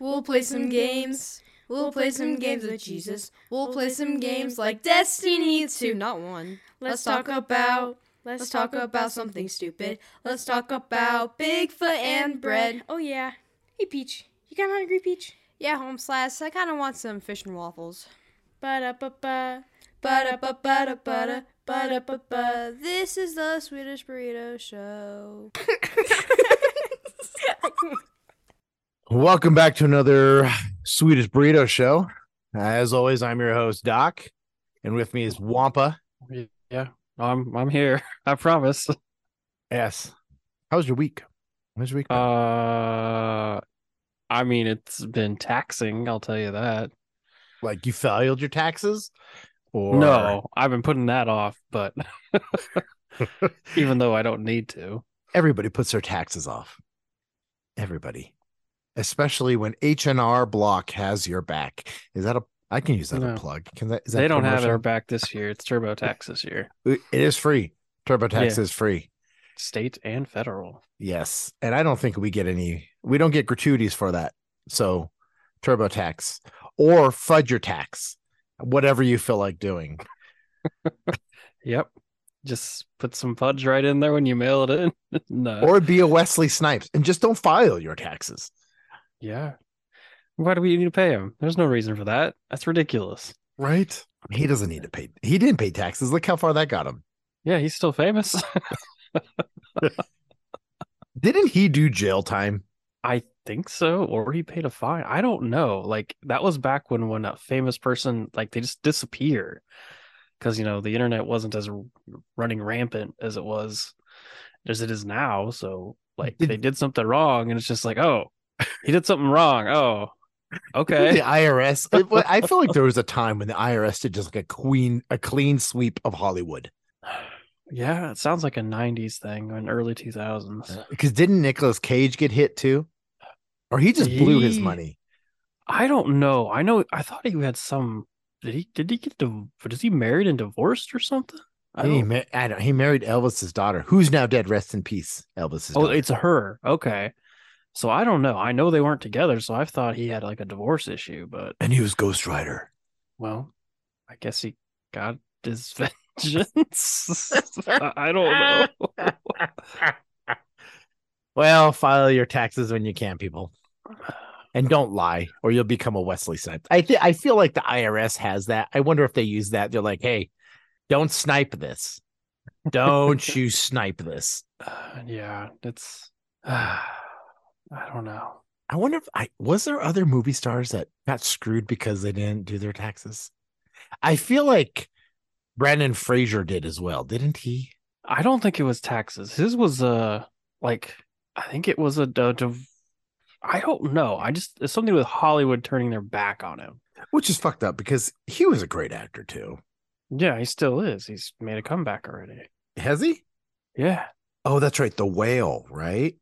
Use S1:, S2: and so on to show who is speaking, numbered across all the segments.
S1: We'll play some games. We'll play some games with Jesus. We'll play some games like Destiny 2. Not one. Let's talk about. Let's talk about something stupid. Let's talk about Bigfoot and bread.
S2: Oh yeah. Hey Peach, you kind of hungry, Peach?
S1: Yeah, home slice. I kind of want some fish and waffles.
S2: Ba ba ba.
S1: Bada ba bada bada bada ba ba. This is the Swedish burrito show.
S3: Welcome back to another Swedish burrito show. As always, I'm your host Doc, and with me is Wampa.
S4: Yeah, I'm I'm here. I promise.
S3: Yes. How was your week? How's your week? been?
S4: Uh, I mean, it's been taxing. I'll tell you that.
S3: like you filed your taxes? Or
S4: No, I've been putting that off, but even though I don't need to.
S3: everybody puts their taxes off. Everybody. Especially when H&R Block has your back. Is that a I can use that as a
S4: No.
S3: plug. Can that is that
S4: They don't have
S3: commercial?
S4: it back this year. It's TurboTax this year,
S3: It is free. TurboTax
S4: Yeah.
S3: is free.
S4: state and federal.
S3: Yes. And I don't think we get any, we don't get gratuities for that. So TurboTax or fudge your tax, whatever you feel like doing.
S4: Yep. Just put some fudge right in there when you mail it in. no.
S3: Or be a Wesley Snipes and just don't file your taxes.
S4: yeah. Why do we need to pay him? There's no reason for that. That's ridiculous.
S3: Right. He doesn't need to pay. He didn't pay taxes. Look how far that got him.
S4: Yeah, he's still famous.
S3: Didn't he do jail time?
S4: I think so, or he paid a fine. I don't know. Like that was back when when a famous person like they just disappear because you know the internet wasn't as r- running rampant as it was as it is now. So like
S3: Did-
S4: they did something wrong, and it's just like, oh, he did something wrong. Oh,
S3: The
S4: okay,
S3: IRS. I- well, I feel like there was a time when the IRS did just like a queen, a clean sweep of Hollywood.
S4: yeah. It sounds like a '90s thing, or an early 2000s.
S3: Because didn't Nicolas Cage get hit too? Or he just blew his
S4: He-
S3: money.
S4: I don't know. I know. I thought he had some. Did he? Did he get? Div- is he married and divorced or something?
S3: He,
S4: I don't
S3: ma- I don't, he married Elvis's daughter, who's now dead. Rest in peace, Elvis's
S4: Oh,
S3: daughter.
S4: it's her. Okay. So I don't know. I know they weren't together, so I thought he had like a divorce issue, but
S3: and he was Ghost Rider.
S4: well, I guess he got his vengeance. I I don't know.
S3: Well, file your taxes when you can, people, and don't lie, or you'll become a Wesley Snipes. I th- I feel like the IRS has that. I wonder if they use that. They're like, hey, don't snipe this. Don't you snipe this?
S4: Uh, yeah, it's I don't know.
S3: I wonder if I was there other movie stars that got screwed because they didn't do their taxes. I feel like Brandon Fraser did as well, didn't he?
S4: I don't think it was taxes. His was uh like I think it was a, a div- I don't know. I just it's something with Hollywood turning their back on him.
S3: Which is fucked up because he was a great actor too.
S4: Yeah, he still is. He's made a comeback already.
S3: Has he?
S4: Yeah.
S3: Oh, that's right. The Whale, right?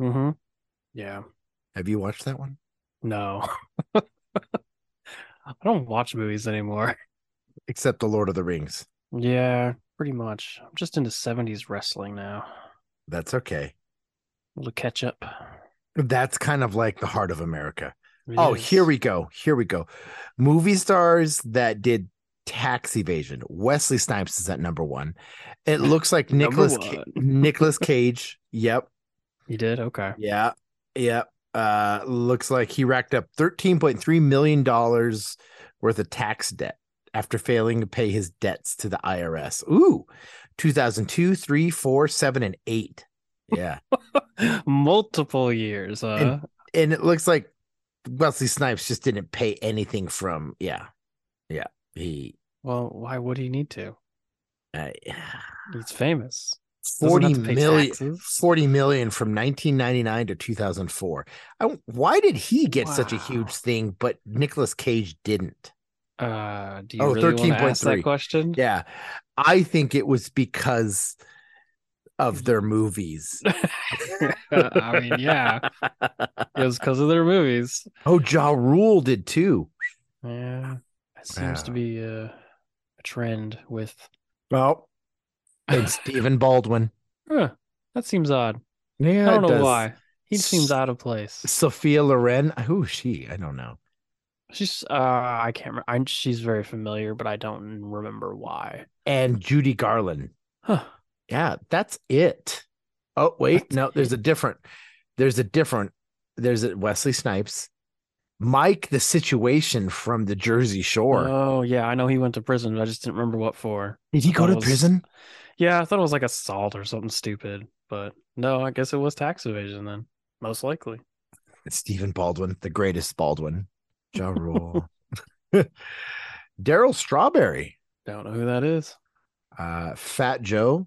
S4: Mm-hmm. Yeah.
S3: Have you watched that one?
S4: No. I don't watch movies anymore.
S3: Except The Lord of the Rings.
S4: Yeah, pretty much. I'm just into 70s wrestling now.
S3: That's okay.
S4: A little catch up.
S3: That's kind of like the heart of America.
S4: It
S3: Oh,
S4: is.
S3: here we go. Here we go. Movie stars that did tax evasion. Wesley Snipes is at number one. It looks like
S4: Number
S3: Nicholas Ca-
S4: one.
S3: Nicholas Cage. Yep.
S4: You did? Okay.
S3: Yeah. Yep. Uh, looks like he racked up thirteen point three million dollars worth of tax debt after failing to pay his debts to the IRS. Ooh, 2002, 3, 4, 7, and 8. Yeah.
S4: Multiple years. Uh,
S3: and it looks like Wesley Snipes just didn't pay anything from yeah, yeah. He
S4: well, why would he need to?
S3: uh,
S4: He's famous. Doesn't have
S3: forty
S4: to pay
S3: million,
S4: taxes.
S3: forty million from nineteen ninety nine to two thousand four. Why did he get such a
S4: Wow.
S3: huge thing, but Nicolas Cage didn't?
S4: Uh, do you
S3: Oh,
S4: really want to ask
S3: 13.3.
S4: that question?
S3: Yeah, I think it was because
S4: Mm.
S3: of their movies.
S4: I mean, yeah, it was because of their movies.
S3: Oh, Ja Rule did too.
S4: Yeah, it seems to
S3: Wow.
S4: be uh, a trend with
S3: Well, and Stephen Baldwin.
S4: Huh, that seems odd.
S3: Yeah,
S4: I don't
S3: it
S4: know
S3: does.
S4: why. He seems out of place.
S3: Sophia Loren. Who is she? I don't know.
S4: She's uh I can't remember. I'm, she's very familiar, but I don't remember why.
S3: And Judy Garland.
S4: Huh.
S3: Yeah, that's it. Oh wait,
S4: That's
S3: no, there's a different. There's a different. There's a Wesley Snipes, Mike the Situation from the Jersey Shore.
S4: Oh yeah, I know he went to prison, but I just didn't remember what for.
S3: Did he go to
S4: was-
S3: prison?
S4: Yeah, I thought it was like assault or something stupid, but no, I guess it was tax evasion then, most likely.
S3: It's Stephen Baldwin, the greatest Baldwin. Ja Rule. Daryl Strawberry,
S4: Don't know who that is.
S3: uh, Fat Joe.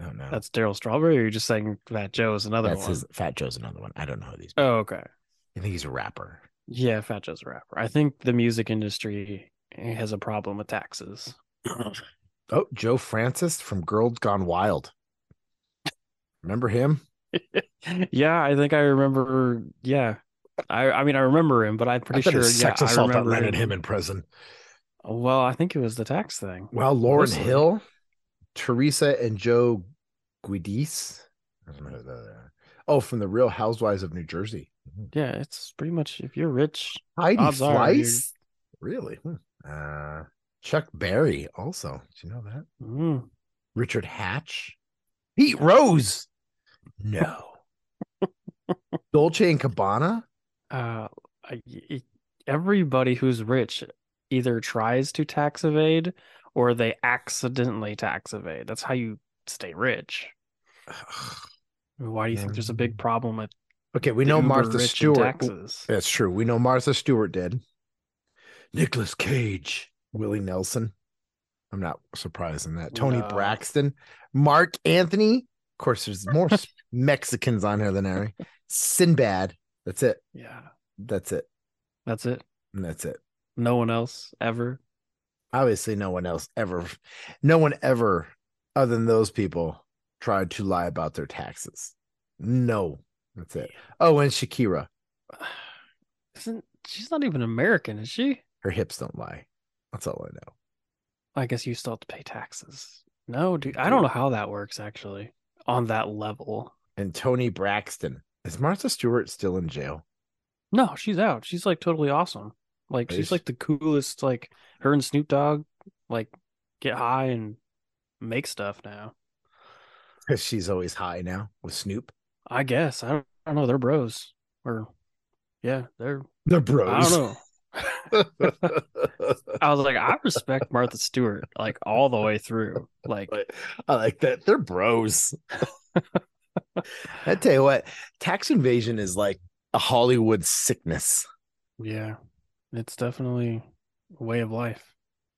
S3: I don't know.
S4: That's Daryl Strawberry. Or you're just saying Fat Joe is another
S3: That's
S4: one.
S3: his Fat Joe's another one. I don't know who these.
S4: Oh, okay.
S3: I think he's a rapper.
S4: Yeah, Fat Joe's a rapper. I think the music industry has a problem with taxes.
S3: Oh, Joe Francis from Girls Gone Wild. Remember him?
S4: yeah, I think I remember. Yeah, I I mean I remember him, but I'm pretty
S3: I thought it
S4: sure.
S3: was
S4: Yeah,
S3: sex
S4: I
S3: assault that
S4: remember
S3: landed him in prison.
S4: Well, I think it was the tax thing.
S3: Well, Lauren
S4: Mostly.
S3: Hill, Teresa and Joe Guidice. I don't know who the other are. Oh, from the Real Housewives of New Jersey. Mhm.
S4: Yeah, it's pretty much if you're rich,
S3: Heidi
S4: Odds are you're-
S3: Fleiss? Really? Hmm. Uh, Chuck Berry also. Did you know that?
S4: mm,
S3: Richard Hatch. Pete Rose. No. Dolce and Cabana.
S4: uh, I- y- everybody who's rich either tries to tax evade or they accidentally tax evade. That's how you stay rich. I mean, Why do you think there's a big
S3: Mm.
S4: problem with
S3: Okay, we
S4: the
S3: know
S4: uber
S3: Martha
S4: rich and
S3: Stewart.
S4: taxes?
S3: That's true. We know Martha Stewart did. Nicholas Cage, Willie Nelson. I'm not surprised in that. Tony
S4: No.
S3: Braxton, Mark Anthony. Of course, there's more s- Mexicans on here than ever. Sinbad. That's it.
S4: Yeah,
S3: That's it.
S4: that's it.
S3: And that's it.
S4: No one else ever.
S3: Obviously, no one else ever, no one ever, other than those people, tried to lie about their taxes. No, that's it. Oh, and Shakira.
S4: Isn't she's not even American, is she?
S3: Her hips don't lie. That's all I know.
S4: I guess you still have to pay taxes. No, dude, I don't know how that works actually on that level.
S3: and Tony Braxton. Is Martha Stewart still in jail?
S4: No, she's out. She's like totally awesome. Like
S3: Nice.
S4: she's like the coolest. Like her and Snoop Dogg, like get high and make stuff now.
S3: Because she's always high now with Snoop.
S4: I guess I don't, I don't know. They're bros, or yeah, they're
S3: The
S4: I
S3: bros.
S4: don't know. I was like, I respect Martha Stewart like all the way through. Like
S3: I like that. They're bros. I tell you what, tax invasion is like a Hollywood sickness.
S4: yeah, it's definitely a way of life.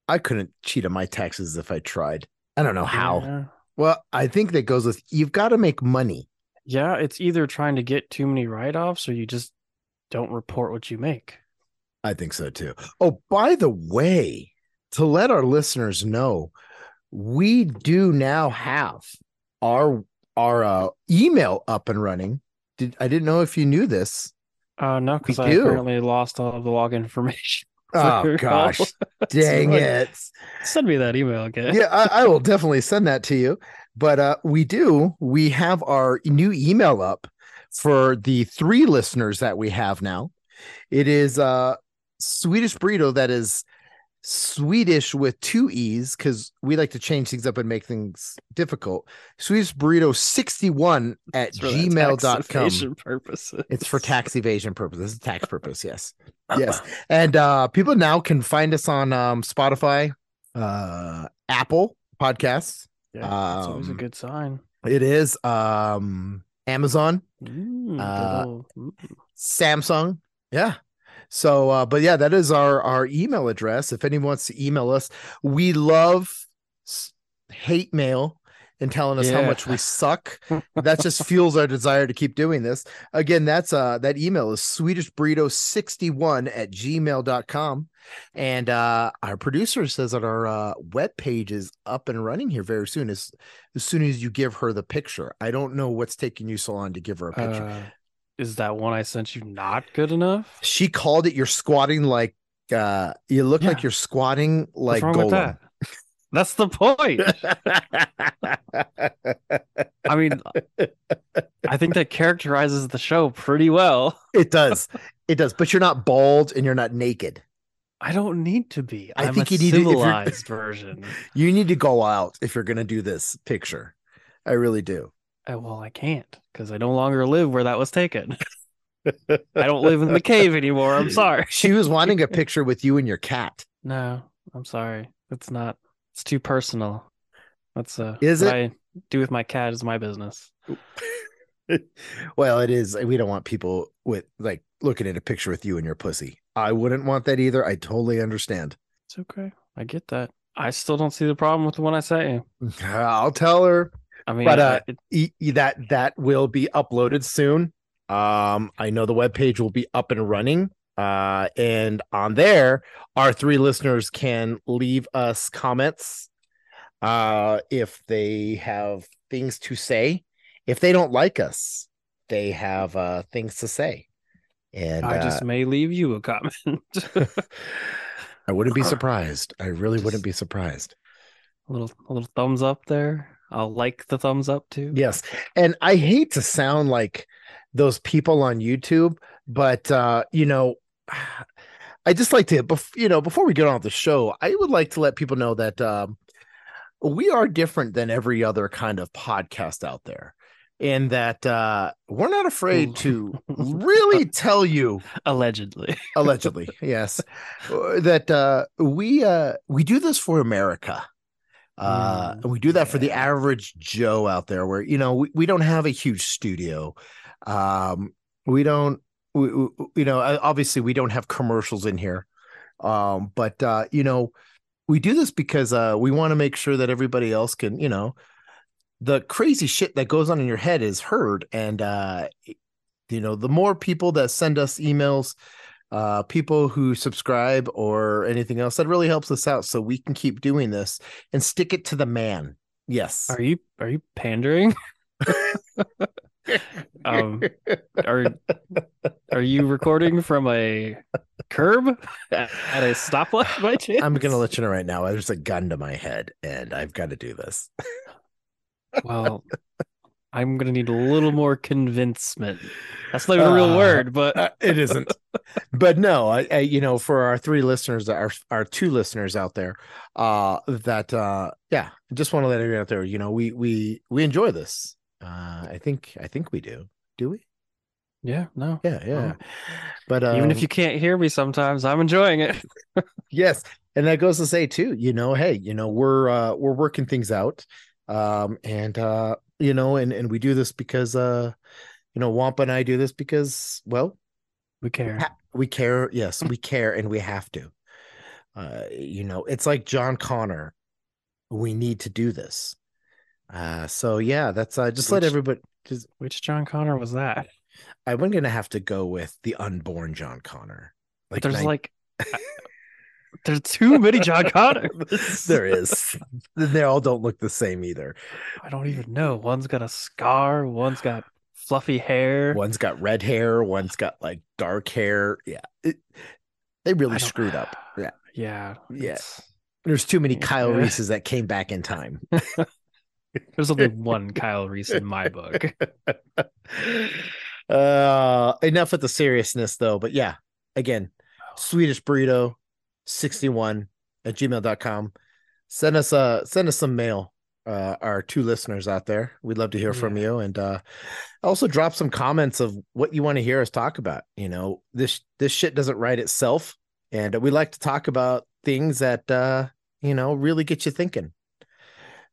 S3: I couldn't cheat on my taxes if I tried. I don't know how.
S4: Yeah.
S3: Well, I think that goes with you've got to make money.
S4: Yeah, it's either trying to get too many write offs or you just don't report what you make.
S3: I think so too. Oh, by the way, to let our listeners know, we do now have our our uh, email up and running. Did I didn't know if you knew this.
S4: Uh, no, because I
S3: do.
S4: apparently lost all of the log information.
S3: Oh gosh, dang
S4: Sorry.
S3: it!
S4: Send me that email again.
S3: Yeah, I, I will definitely send that to you. But uh, we do. We have our new email up for the three listeners that we have now. It is uh, Swedish burrito that is Swedish with two e's because we like to change things up and make things difficult. Swedish burrito sixty one at
S4: It's for that tax
S3: gmail.com.
S4: evasion Purposes.
S3: It's for tax evasion purposes, tax purpose. Yes, yes. And uh, people now can find us on um, Spotify, uh, Apple Podcasts.
S4: Yeah, that's always a
S3: Um,
S4: good sign.
S3: It is um Amazon,
S4: Mm, good
S3: uh,
S4: old- mm.
S3: Samsung. Yeah. So uh but yeah, that is our our email address if anyone wants to email us. We love s- hate mail and telling us how
S4: Yeah.
S3: much we suck. that just fuels our desire to keep doing this. Again, that's uh that email is swedishburrito61 at gmail.com. And uh our producer says that our uh webpage is up and running here very soon, as as soon as you give her the picture. I don't know what's taking you so long to give her a picture.
S4: Uh, is that one I sent you not good enough?
S3: she called it you're squatting like uh you look
S4: Yeah.
S3: like you're squatting like
S4: What's wrong
S3: golem.
S4: with that? That's the point. I mean, I think that characterizes the show pretty well.
S3: it does. It does. But you're not bald and you're not naked.
S4: I don't need to be.
S3: I
S4: I'm
S3: think
S4: a
S3: you need to- if you're-
S4: civilized version.
S3: You need to go out if you're going to do this picture. I really do.
S4: Uh, well, I can't because I no longer live where that was taken. I don't live in the cave anymore. I'm sorry.
S3: She was wanting a picture with you and your cat.
S4: No, I'm sorry. It's not. It's too personal. That's uh.
S3: Is
S4: what
S3: it?
S4: I do with my cat is my business.
S3: Well, it is. We don't want people with like looking at a picture with you and your pussy. I wouldn't want that either. I totally understand.
S4: It's okay. I get that. I still don't see the problem with the one I sent you.
S3: I'll tell her
S4: I mean,
S3: But,
S4: I-
S3: uh,
S4: it-
S3: E- e- that that will be uploaded soon. Um, I know the webpage will be up and running. Uh, and on there, our three listeners can leave us comments. Uh, if they have things to say, if they don't like us, they have uh things to say. And
S4: I just may leave you a comment.
S3: uh,
S4: a
S3: I wouldn't be surprised. I really
S4: Just-
S3: wouldn't be surprised.
S4: little, a little thumbs up there. I'll like the thumbs up too.
S3: Yes. And I hate to sound like those people on YouTube, but uh, you know, I just like to bef- you know, before we get on with the show, I would like to let people know that um we are different than every other kind of podcast out there. And that uh we're not afraid to really tell you
S4: Allegedly.
S3: allegedly yes uh, that uh we uh we do this for america uh
S4: Mm,
S3: and we do that for the
S4: yeah.
S3: average joe out there where you know we, we don't have a huge studio um we don't we, we, you know uh, obviously we don't have commercials in here um but uh you know we do this because uh we want to make sure that everybody else can you know the crazy shit that goes on in your head is heard and uh you know the more people that send us emails uh people who subscribe or anything else that really helps us out so we can keep doing this and stick it to the man yes
S4: Are you are you pandering? um, are are you recording from a curb at, at a stoplight by chance?
S3: i'm gonna let you know right now there's a gun to my head and i've got to do this
S4: Well, I'm gonna need a little more convincement. That's not even a real
S3: Uh,
S4: word, but
S3: Uh, it isn't but no I, I you know for our three listeners our our two listeners out there uh that uh yeah I just want to let everyone out there you know we we we enjoy this uh i think i think we do do we
S4: yeah, no.
S3: yeah yeah but um,
S4: even if you can't hear me sometimes, I'm enjoying it.
S3: yes and that goes to say too you know hey you know we're uh we're working things out um and uh you know and and we do this because uh you know wampa and i do this because well
S4: We care.
S3: ha- we care yes we care and we have to uh you know it's like john connor we need to do this uh so yeah that's uh just let
S4: Which-
S3: everybody just
S4: Which John Connor was that?
S3: i'm gonna have to go with the unborn john connor
S4: But there's
S3: nine-
S4: like there's too many John Connor.
S3: there is they all don't look the same either
S4: I don't even know. One's got a scar. One's got fluffy hair.
S3: One's got red hair. One's got like dark hair. Yeah, it, they
S4: I
S3: really
S4: don't-
S3: screwed up. Yeah,
S4: Yeah.
S3: Yeah.
S4: it's-
S3: there's too many Kyle
S4: Yeah.
S3: Reeses that came back in time.
S4: There's only one Kyle Reese in my book.
S3: uh, enough with the seriousness, though. But yeah, again, Swedish burrito sixty one at gmail.com. Send us uh send us some mail. Uh, our two listeners out there, we'd love to hear from
S4: Yeah.
S3: you, and uh, also drop some comments of what you want to hear us talk about. You know, this this shit doesn't write itself, and we like to talk about things that uh, you know really get you thinking.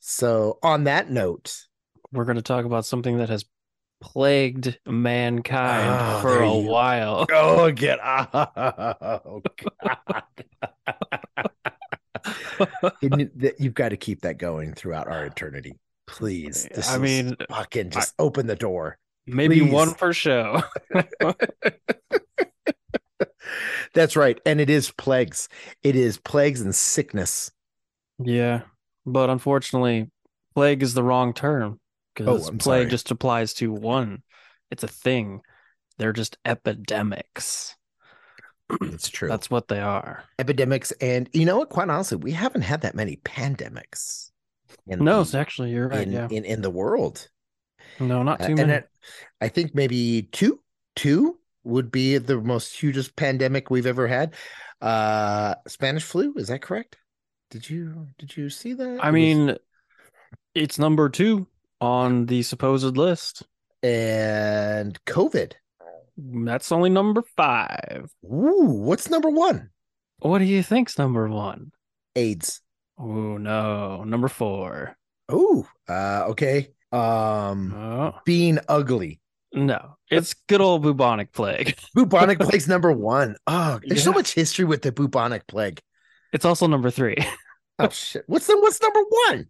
S3: So, on that note,
S4: We're going to talk about something that has plagued mankind
S3: Ah,
S4: for
S3: there
S4: a
S3: you-
S4: while.
S3: Go get out. And you- that- You've got to keep that going throughout our eternity. Please. This
S4: I
S3: is
S4: mean,
S3: fucking just open the door.
S4: Maybe
S3: Please.
S4: one per show.
S3: That's right. And it is plagues. It is plagues and sickness.
S4: Yeah. But unfortunately, plague is the wrong term
S3: Oh,
S4: because
S3: I'm
S4: plague
S3: sorry.
S4: just applies to one. It's a thing. They're just epidemics.
S3: It's true.
S4: That's what they are.
S3: epidemics, and you know what? Quite honestly, we haven't had that many pandemics. In
S4: No,
S3: the-
S4: it's actually you're right.
S3: in,
S4: yeah.
S3: in in the world.
S4: No, not
S3: Uh,
S4: too
S3: and
S4: many.
S3: it- I think maybe two, two would be the most hugest pandemic we've ever had. Uh, Spanish flu, is that correct? Did you did you see that? It
S4: I
S3: was-
S4: mean, it's number two on the supposed list.
S3: and COVID.
S4: That's only number five.
S3: Ooh, what's number one?
S4: What do you think's number one?
S3: AIDS.
S4: Oh no, number four.
S3: Oh, uh, okay. Um,
S4: Oh
S3: being ugly.
S4: no, it's good old bubonic plague.
S3: Bubonic plague's number one. Oh, there's so
S4: Yeah.
S3: much history with the bubonic plague.
S4: It's also number three.
S3: Oh shit. What's the what's number one?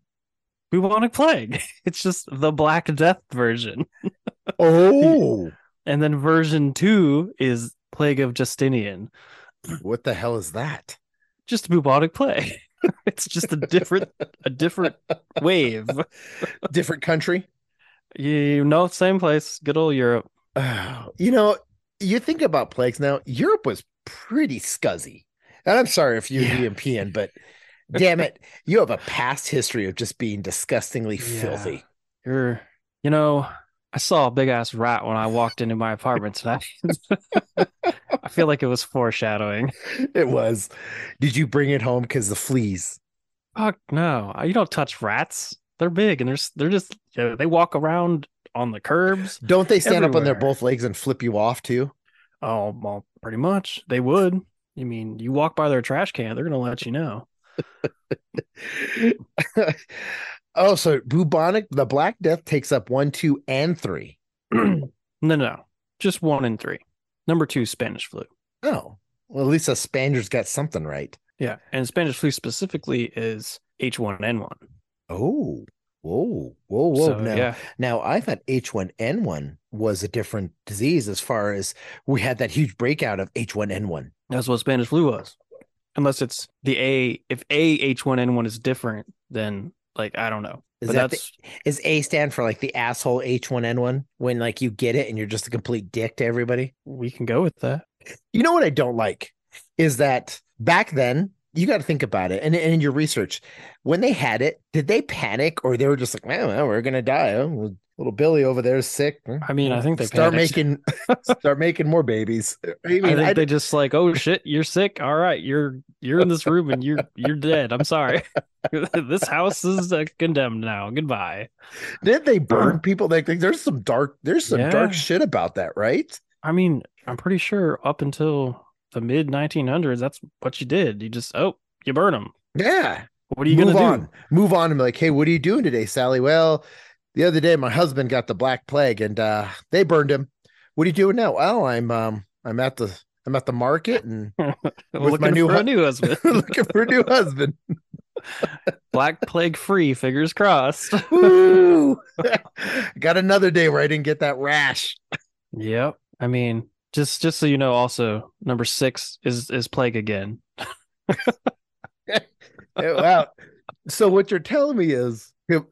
S4: Bubonic plague. It's just the Black Death version,
S3: Oh,
S4: and then version two is plague of Justinian.
S3: what the hell is that?
S4: Just bubonic plague. It's just a different, a different wave.
S3: Different country.
S4: You know, same place. Good old Europe.
S3: Oh, you know, you think about plagues now. Europe was pretty scuzzy, and I'm sorry if you're
S4: Yeah.
S3: European, but damn it, you have a past history of just being disgustingly
S4: Yeah.
S3: filthy.
S4: You're, you know, I saw a big ass rat when I walked into my apartment tonight. I feel like it was foreshadowing.
S3: It was. Did you bring it home because the fleas?
S4: Fuck no, you don't touch rats. They're big and they're s- they're just you know, they walk around on the curbs.
S3: Don't they stand up on their
S4: Everywhere.
S3: both legs and flip you off too?
S4: Oh, well, pretty much they would. I mean, you walk by their trash can, they're gonna let you know.
S3: oh, so bubonic, the Black Death takes up one, two, and three.
S4: no, no, just one in three. Number two, Spanish flu.
S3: Oh, well, at least the Spaniards got something right.
S4: Yeah, and Spanish flu specifically is H1N1.
S3: Oh, whoa, whoa, whoa!
S4: So,
S3: now,
S4: yeah,
S3: now, I thought H1N1 was a different disease. As far as we had that huge breakout of H1N1.
S4: That's what Spanish flu was. Unless it's the A, if A H1N1 is different, then like, I don't know.
S3: Is
S4: but
S3: that the-
S4: that's,
S3: Is A stand for like the asshole H1N1 when like you get it and you're just a complete dick to everybody?
S4: we can go with that.
S3: You know what I don't like is that back then you got to think about it and, and in your research when they had it did they panic or they were just like man well, we're gonna die Oh, little Billy over there is sick
S4: I mean, I think they
S3: start
S4: panicked.
S3: making start making more babies I mean
S4: I think
S3: I-
S4: they just like, oh shit, you're sick. All right, you're you're in this room and you're you're dead. I'm sorry. this house is uh, condemned now. Goodbye.
S3: did they burn people like like, there's some dark there's some
S4: Uh-huh. Yeah.
S3: dark shit about that right
S4: I mean, I'm pretty sure up until the mid 1900s, that's what you did. You just oh, you burn them.
S3: yeah
S4: What are you
S3: move
S4: gonna
S3: on
S4: do?
S3: move on and be like hey what are you doing today Sally well the other day my husband got the black plague and uh they burned him what are you doing now well I'm um I'm at the I'm at the market and With
S4: Looking
S3: my new
S4: for
S3: hu-
S4: a new husband.
S3: looking for a new husband.
S4: Black plague free. Fingers crossed.
S3: Woo! Got another day where I didn't get that rash.
S4: Yep. I mean, just just so you know, also number six is is plague again.
S3: Oh, wow. So what you're telling me is com-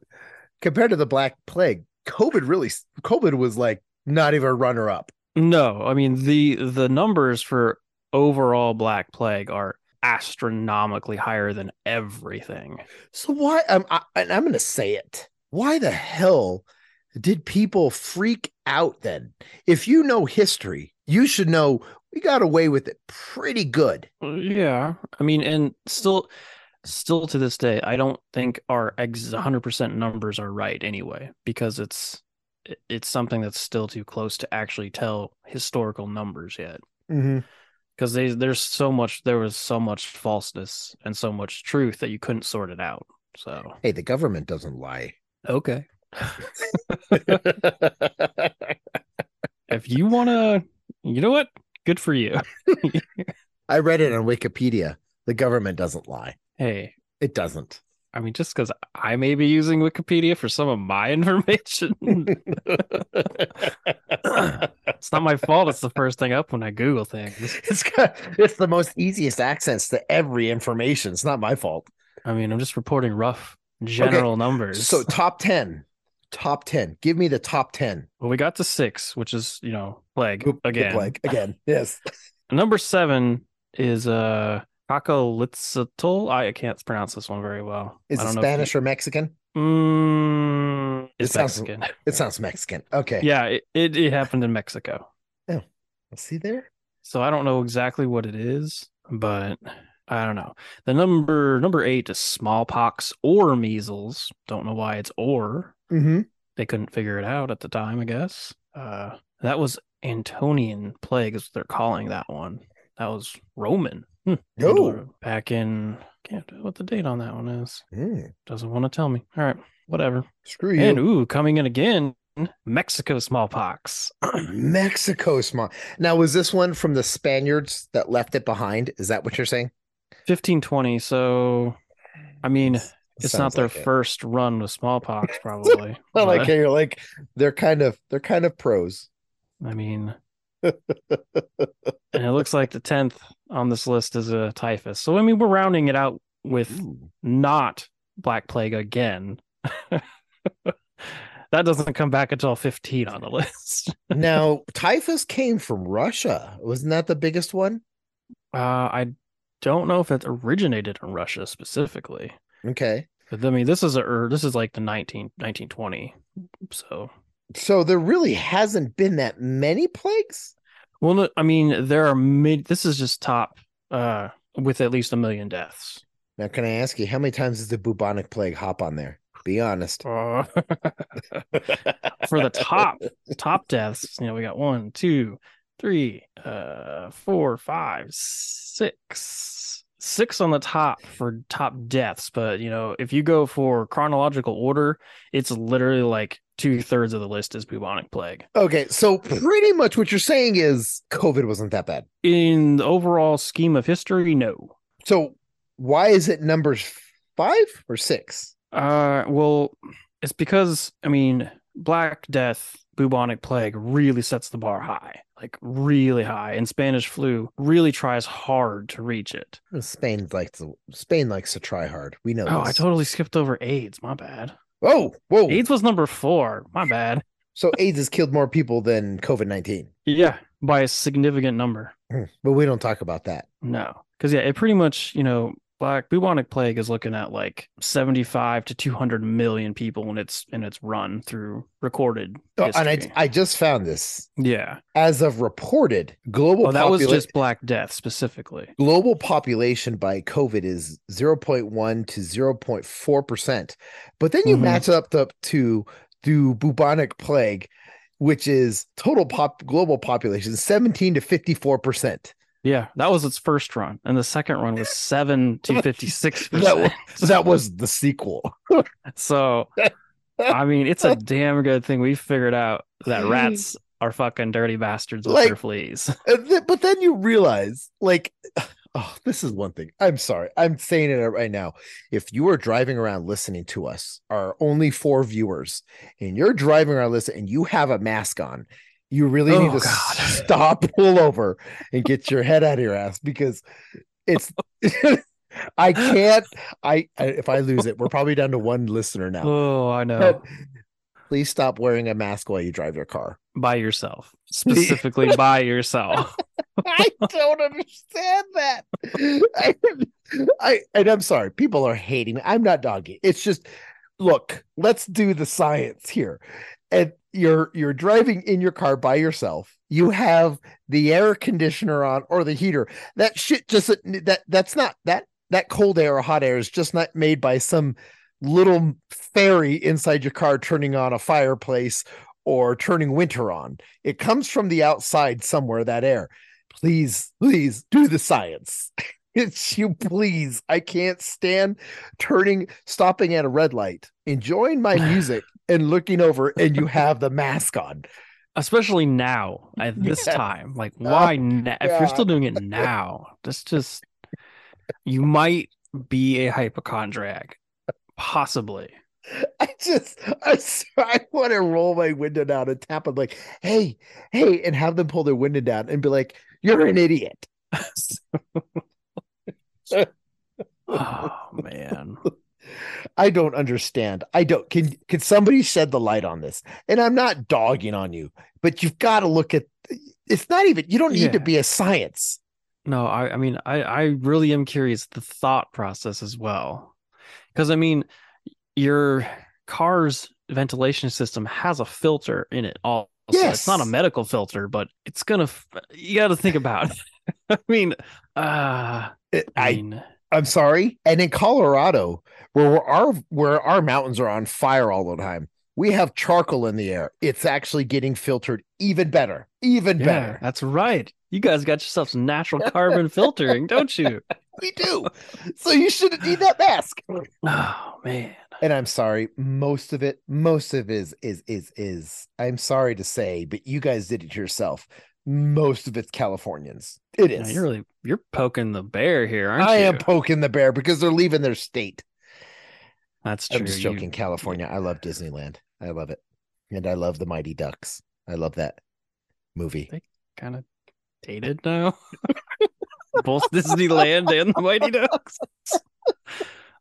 S3: compared to the black plague, COVID really COVID was like not even a runner up.
S4: No, I mean the the numbers for overall Black Plague are astronomically higher than everything.
S3: So why I'm I, and I'm going to say it. Why the hell did people freak out then? If you know history, you should know we got away with it pretty good.
S4: Uh, Yeah, I mean, and still, still to this day, I don't think our ex 100% numbers are right anyway, because it's it- it's something that's still too close to actually tell historical numbers yet. Because they there's so much there was so much falseness and so much truth that you couldn't sort it out. So
S3: Hey, the government doesn't lie.
S4: okay. if you want to, you know what? Good for you.
S3: I read it on Wikipedia. The government doesn't lie.
S4: Hey,
S3: It doesn't.
S4: I mean, just because I may be using Wikipedia for some of my information, it's not my fault. It's the first thing up when I Google things.
S3: It's got, it's the most easiest access to every information. It's not my fault.
S4: I mean, I'm just reporting rough general numbers.
S3: So top 10. Top 10. Give me the top 10.
S4: well, we got to six, which is, you know, plague
S3: Oop, the
S4: again.
S3: blank. Again. Yes.
S4: Number seven is uh Cacalitzatl. I I can't pronounce this one very well.
S3: Is
S4: I
S3: it
S4: don't know if
S3: Spanish or Mexican?
S4: you- Mm,
S3: It
S4: it's
S3: sounds-
S4: Mexican.
S3: It sounds Mexican. Okay.
S4: Yeah, it, it, it happened in Mexico.
S3: See there?
S4: So I don't know exactly what it is, but I don't know. The number number eight is smallpox or measles. Don't know why it's or.
S3: Mm-hmm.
S4: They couldn't figure it out at the time, I guess. Uh, that was Antonian plague is what they're calling that one. That was Roman. Hmm.
S3: No.
S4: Back in can't tell what the date on that one is.
S3: Mm.
S4: Doesn't want to tell me. All right, whatever.
S3: Screw
S4: And
S3: you.
S4: ooh, coming in again, Mexico smallpox.
S3: Mexico small. Now, was this one from the Spaniards that left it behind? Is that what you're saying?
S4: Fifteen twenty. So, I mean, it's not
S3: Sounds
S4: their
S3: like it.
S4: first run with smallpox, probably.
S3: I like
S4: but,
S3: how you're like they're kind of they're kind of pros.
S4: I mean, and it looks like the tenth on this list is a typhus. So I mean, we're rounding it out with not black plague again. that doesn't come back until fifteen on the list.
S3: now, typhus came from Russia. Wasn't that the biggest one?
S4: Uh, I don't know if it originated in Russia specifically,
S3: Okay.
S4: but I mean, this is a or this is like the 19, 1920. So
S3: So there really hasn't been that many plagues?
S4: Well, no, I mean, there are mid. This is just top uh, with at least a million deaths.
S3: Now, can I ask you how many times does the bubonic plague hop on there? Be honest.
S4: Uh, for the top top deaths, you know, we got one, two, three, uh, four, five, six, six on the top for top deaths. But you know, if you go for chronological order, it's literally like two thirds of the list is bubonic plague.
S3: Okay, so pretty much what you're saying is COVID wasn't that bad.
S4: In the overall scheme of history, no.
S3: So why is it numbers five or six?
S4: Uh, well, it's because I mean, Black Death, bubonic plague really sets the bar high, like really high, and Spanish flu really tries hard to reach it.
S3: Spain likes to Spain likes to try hard. We know.
S4: Oh, I
S3: this.
S4: totally skipped over AIDS. My bad.
S3: Oh, whoa!
S4: AIDS was number four. My bad.
S3: So AIDS has killed more people than COVID nineteen,
S4: Yeah, by a significant number.
S3: but we don't talk about that.
S4: No, because yeah, it pretty much you know. Black bubonic plague is looking at like 75 to 200 million people in its in its run through recorded
S3: Oh,
S4: history.
S3: and I I just found this
S4: yeah.
S3: as of reported global.
S4: Well, Oh, that was
S3: popula-
S4: just Black Death specifically.
S3: global population by COVID is 0.1 to 0.4 percent. But then you
S4: Mhm.
S3: match up up to to bubonic plague, which is total pop global population 17 to 54 percent.
S4: Yeah, that was its first run, and the second run was seven to fifty-six percent.
S3: That So that was the sequel.
S4: So, I mean, it's a damn good thing we figured out that rats are fucking dirty bastards with their
S3: Like-
S4: fleas.
S3: And th- but then you realize, like, oh, this is one thing. I'm sorry, I'm saying it right now. If you are driving around listening to us, our only four viewers, and you're driving around listening, and you have a mask on, you really need
S4: Oh,
S3: to
S4: God.
S3: stop, pull over, and get your head out of your ass because it's. I can't. I I- if I lose it, we're probably down to one listener now.
S4: Oh, I know.
S3: But please stop wearing a mask while you drive your car.
S4: by yourself, specifically by yourself.
S3: I don't understand that. I, I and I'm sorry, people are hating. me. I'm not doggy. It's just look, let's do the science here. And you're you're driving in your car by yourself. You have the air conditioner on or the heater. That shit just that that's not that that cold air or hot air is just not made by some little fairy inside your car turning on a fireplace or turning winter on. It comes from the outside somewhere that air please, please do the science. It's you, please. I can't stand turning, stopping at a red light, enjoying my music, and looking over, and you have the mask on.
S4: Especially now at this
S3: Yes.
S4: time. Like, why na- if you're
S3: Oh, God.
S4: still doing it now? That's just you might be a hypochondriac, possibly.
S3: I just, I, s- I want to roll my window down and tap them like, hey, hey, and have them pull their window down and be like, you're an idiot.
S4: Oh man.
S3: I don't understand. I don't. Can can somebody shed the light on this? And I'm not dogging on you, but you've got to look at. It's not even. You don't need to
S4: Yeah.
S3: be a science.
S4: No, I, I mean, I, I really am curious the thought process as well. Because, I mean, your car's ventilation system has a filter in it all. It's not a
S3: Yes.
S4: medical filter, but it's going to, you got to think about it. I mean, uh,
S3: It-
S4: I
S3: I
S4: mean,
S3: I'm sorry. And in Colorado, where our where our mountains are on fire all the time, we have charcoal in the air. It's actually getting filtered even better, even
S4: yeah,
S3: better.
S4: that's right. You guys got yourself some natural carbon filtering, don't you?
S3: We do. so you shouldn't need that mask.
S4: Oh, man.
S3: And I'm sorry, most of it, most of it is is is is. I'm sorry to say, but you guys did it yourself. Most of it's Californians. It
S4: Yeah,
S3: is.
S4: you're really, you're poking the bear here, aren't
S3: I
S4: you?
S3: am poking the bear because they're leaving their state.
S4: That's true.
S3: I'm just
S4: You-
S3: joking. California. I love Disneyland. I love it. And I love the Mighty Ducks. I love that movie.
S4: kind of dated now. Both Disneyland and the Mighty Ducks.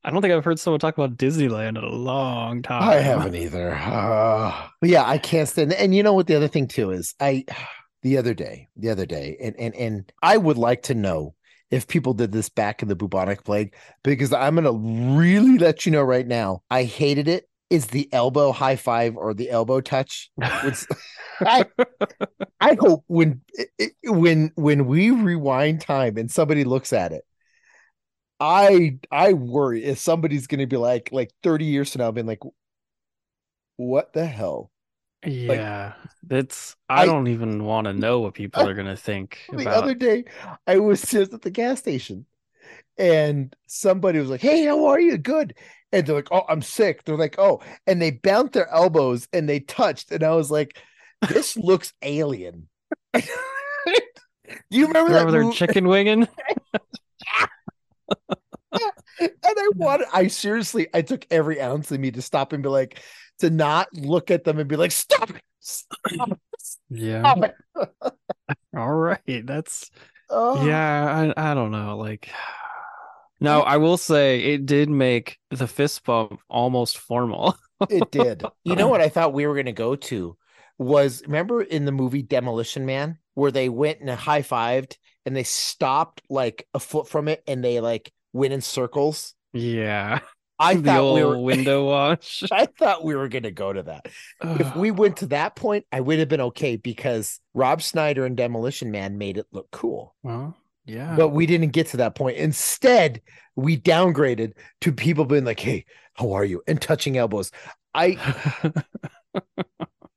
S4: I don't think I've heard someone talk about Disneyland in a long time.
S3: I haven't either. Uh, yeah, I can't stand. And you know what? The other thing too is I, the other day, the other day, and and and I would like to know if people did this back in the bubonic plague because I'm gonna really let you know right now. I hated it. Is the elbow high five or the elbow touch? It's- I, I hope when it- it- when when we rewind time and somebody looks at it, I I worry if somebody's going to be like like thirty years from now, being like, what the hell?
S4: yeah, it's. I,
S3: I-
S4: don't even want to know what people are gonna think
S3: The
S4: about.
S3: other day, I was just at the gas station, and somebody was like, "Hey, how are you? Good." And they're like, "Oh, I'm sick." They're like, "Oh," and they bounced their elbows and they touched, and I was like, "This looks alien." Do you remember,
S4: Remember
S3: that
S4: their
S3: mov-
S4: chicken winging?
S3: and I wanted, I seriously, I took every ounce of me to stop and be like, to not look at them and be like, stop it, stop
S4: Yeah.
S3: it.
S4: All right. That's
S3: Oh.
S4: Yeah, I I don't know. Like, no, I will say it did make the fist bump almost formal.
S3: it did. You know what I thought we were going to go to was remember in the movie Demolition Man where they went and high fived and they stopped like a foot from it and they like went in circles.
S4: Yeah,
S3: I
S4: the
S3: thought
S4: old
S3: we were.
S4: window wash.
S3: I thought we were going to go to that. if we went to that point, I would have been okay because Rob Snyder and Demolition Man made it look cool.
S4: well, yeah,
S3: But we didn't get to that point. Instead, we downgraded to people being like, "Hey, how are you?" and touching elbows. I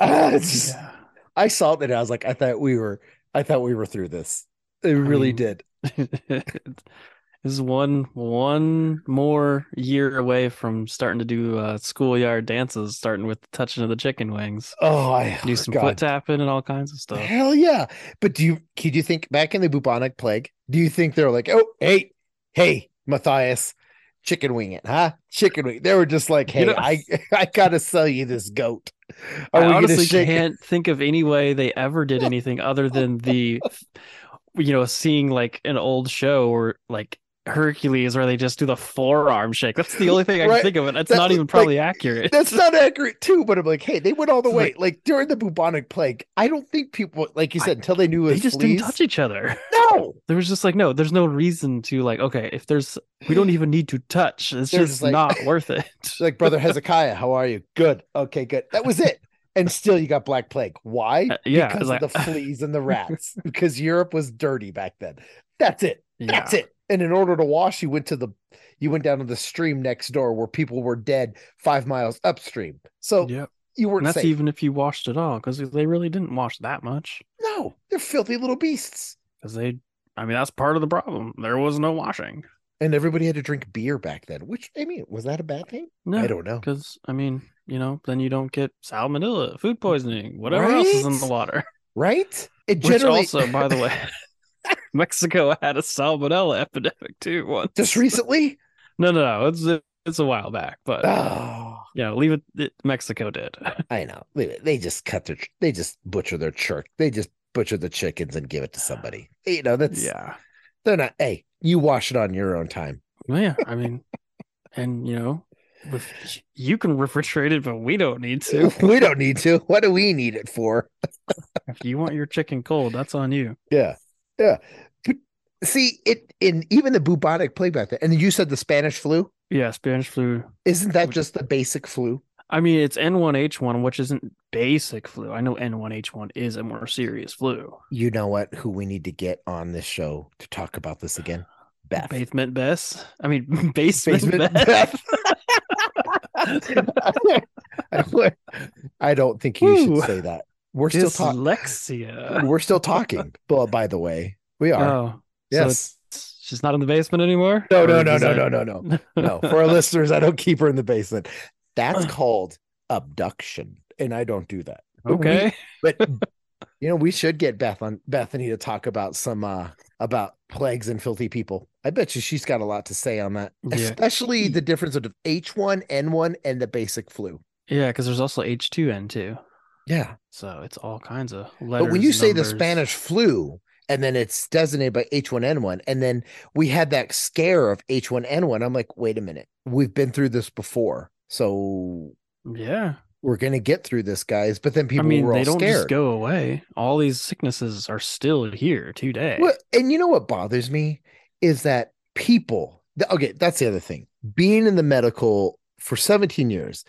S3: Ah, it's just-
S4: Yeah.
S3: I saw it and I was like, "I thought we were, I thought we were through this." It really
S4: mean-
S3: did.
S4: This is one one more year away from starting to do uh, schoolyard dances, starting with touching of the chicken wings,
S3: Oh, I
S4: do some foot
S3: God.
S4: tapping and all kinds of stuff.
S3: Hell yeah! But do you could you think back in the bubonic plague? Do you think they're like, oh, hey, hey, Matthias, chicken wing it, huh? Chicken wing. They were just like, hey,
S4: You know-
S3: I I gotta sell you this goat. Are
S4: I
S3: we gonna
S4: honestly
S3: shake? it?
S4: can't think of any way they ever did anything other than the, you know, seeing like an old show or like Hercules where they just do the forearm shake. That's the only thing I
S3: Right.
S4: can think of, and it's
S3: That-
S4: not even
S3: like,
S4: probably accurate.
S3: That's not accurate too, but I'm like, hey, they went all the
S4: It's
S3: way.
S4: like-
S3: Like during the bubonic plague, I don't think people, like you
S4: I-
S3: said, until they knew it
S4: They
S3: was
S4: just
S3: fleas.
S4: didn't touch each other.
S3: No,
S4: There was just like no, there's no reason to like. Okay, if there's, we don't even need to touch. It's
S3: They're
S4: just,
S3: just like-
S4: not worth it.
S3: She's like brother Hezekiah, how are you? Good. Okay, good. That was it. And still, you got black plague. Why?
S4: Uh, yeah,
S3: because
S4: like-
S3: of the fleas and the rats. because Europe was dirty back then. That's it.
S4: yeah,
S3: That's it. And in order to wash, you went to the you went down to the stream next door where people were dead five miles upstream. So
S4: yep.
S3: you
S4: And
S3: weren't
S4: that's
S3: safe.
S4: even if you washed at all, because they really didn't wash that much.
S3: No, they're filthy little beasts.
S4: Because they, I mean, that's part of the problem. There was no washing.
S3: And everybody had to drink beer back then, which I mean, was that a bad thing?
S4: No,
S3: I don't know.
S4: Because I mean, you know, then you don't get salmonella, food poisoning, whatever else is in the
S3: Right?
S4: water.
S3: Right? It
S4: Which
S3: generally
S4: also, by the way, Mexico had a salmonella epidemic too once.
S3: just recently.
S4: no, no, no. It's it's a while back, but
S3: Oh.
S4: you know, leave it. it Mexico did.
S3: I know. They, they just cut their, they just butcher their chirk. They just butcher the chickens and give it to somebody. You know, that's,
S4: yeah,
S3: they're not, hey, you wash it on your own time.
S4: yeah. I mean, and you know, Ref- You can refrigerate it, but we don't need to.
S3: we don't need to. What do we need it for?
S4: if you want your chicken cold, that's on you.
S3: Yeah. Yeah. But see, it in even the bubonic plague back then, and you said the Spanish flu.
S4: Yeah, Spanish flu.
S3: Isn't that just the basic flu?
S4: I mean, it's N1H1, which isn't basic flu. I know N1H1 is a more serious flu.
S3: You know what? Who we need to get on this show to talk about this again? Beth.
S4: Basement Bess. I mean, basement,
S3: Basement
S4: Bess.
S3: Beth. I don't think you
S4: Woo.
S3: should say that. We're still talking.
S4: Dyslexia.
S3: We're still talking. Well, by the way, we are.
S4: Oh,
S3: yes.
S4: she's not in the basement anymore?
S3: No, no,
S4: Or
S3: no,
S4: is
S3: no,
S4: that-
S3: no, no, no. No, for our listeners, I don't keep her in the basement. That's called abduction, and I don't do that. But we-
S4: okay.
S3: but you know, we should get Beth on Bethany to talk about some uh about plagues and filthy people. I bet you she's got a lot to say on that,
S4: Yeah.
S3: especially the difference of H1, N1, and the basic flu.
S4: Yeah, because there's also H2N2.
S3: Yeah,
S4: So it's all kinds of letters.
S3: but when you say the
S4: numbers.
S3: Spanish flu. And then it's designated by H1N1. And then we had that scare of H1N1. I'm like, wait a minute. We've been through this before. So
S4: Yeah.
S3: we're gonna get through this, guys. But then people
S4: I mean,
S3: were all
S4: they don't
S3: scared.
S4: just go away. All these sicknesses are still here today.
S3: Well, and you know what bothers me is that people. th- Okay, that's the other thing. Being in the medical for 17 years,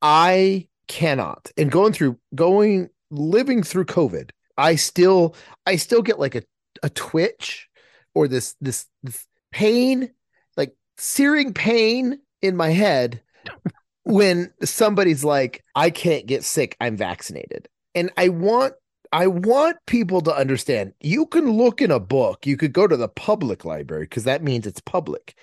S3: I cannot. And going through going living through COVID, I still I still get like a a twitch or this this, this pain, like searing pain in my head when somebody's like, I can't get sick, I'm vaccinated. And I want I want people to understand you can look in a book, you could go to the public library because that means it's public.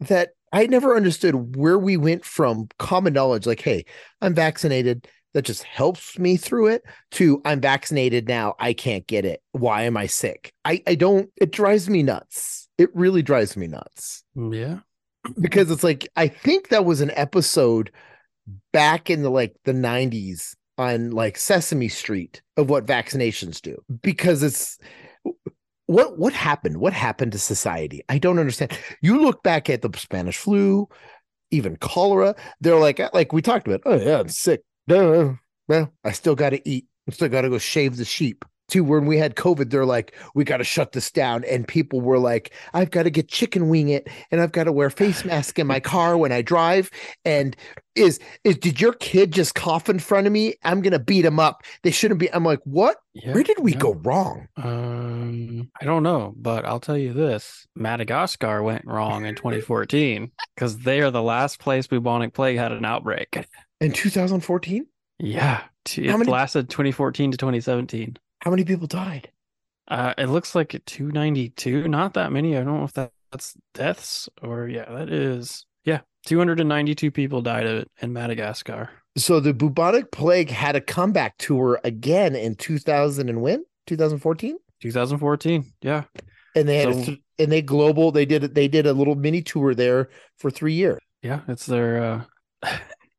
S3: That I never understood where we went from common knowledge, like, hey, I'm vaccinated. That just helps me through it to I'm vaccinated now. I can't get it. Why am I sick? I, I don't, it drives me nuts. It really drives me nuts
S4: yeah.
S3: because it's like I think that was an episode back in the like the 90s on like Sesame Street of what vaccinations do because it's what what happened what happened to society I don't understand you look back at the Spanish flu even cholera they're like like we talked about oh yeah I'm sick Duh. well I still got to eat I still got to go shave the sheep too when we had covid they're like we got to shut this down and people were like I've got to get chicken wing it and I've got to wear face mask in my car when I drive. And is is did your kid just cough in front of me? I'm gonna beat him up. They shouldn't be. I'm like, what?
S4: Yeah.
S3: Where did we
S4: yeah.
S3: go wrong?
S4: Um, I don't know, but I'll tell you this: Madagascar went wrong in 2014 because they are the last place bubonic plague had an outbreak.
S3: In 2014,
S4: Yeah, t- it
S3: How many-
S4: lasted 2014 to 2017.
S3: how many people died?
S4: Uh, it looks like at 292. Not that many. I don't know if that, that's deaths or yeah, that is yeah. 292 people died of it in Madagascar.
S3: So the bubonic plague had a comeback tour again in 2000 and when 2014,
S4: 2014. Yeah,
S3: and they had a
S4: So-
S3: th- and they global. They did it. They did a little mini tour there for three years.
S4: yeah. It's their uh,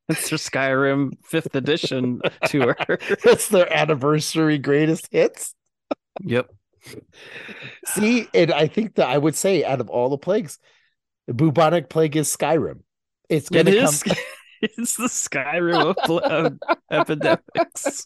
S4: it's their Skyrim fifth edition tour.
S3: That's their anniversary greatest hits.
S4: Yep.
S3: See, and I think that I would say out of all the plagues, the bubonic plague is Skyrim. It's
S4: It
S3: gonna
S4: is.
S3: come.
S4: It's the Skyrim of, pl- of epidemics.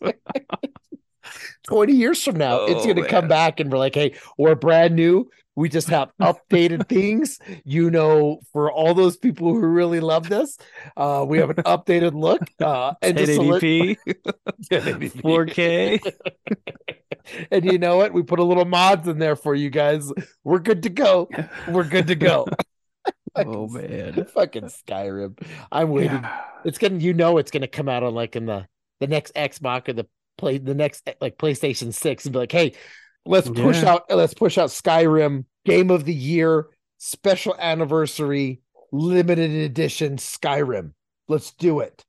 S3: Twenty years from now, it's
S4: Oh,
S3: gonna come
S4: man.
S3: back, and we're like, "Hey, we're brand new. We just have updated things. You know, for all those people who really love this, uh, we have an updated look. Uh, and just a lit-
S4: 1080p,
S3: 1080p.
S4: 4K.
S3: and you know what? We put a little mods in there for you guys. We're good to go. We're good to go.
S4: Oh man.
S3: fucking Skyrim. I'm waiting it's gonna you know it's gonna come out on like in the the next Xbox or the play the next like PlayStation Six and be like, hey, let's push
S4: Yeah.
S3: out let's push out Skyrim Game of the Year Special Anniversary Limited Edition Skyrim. Let's do it.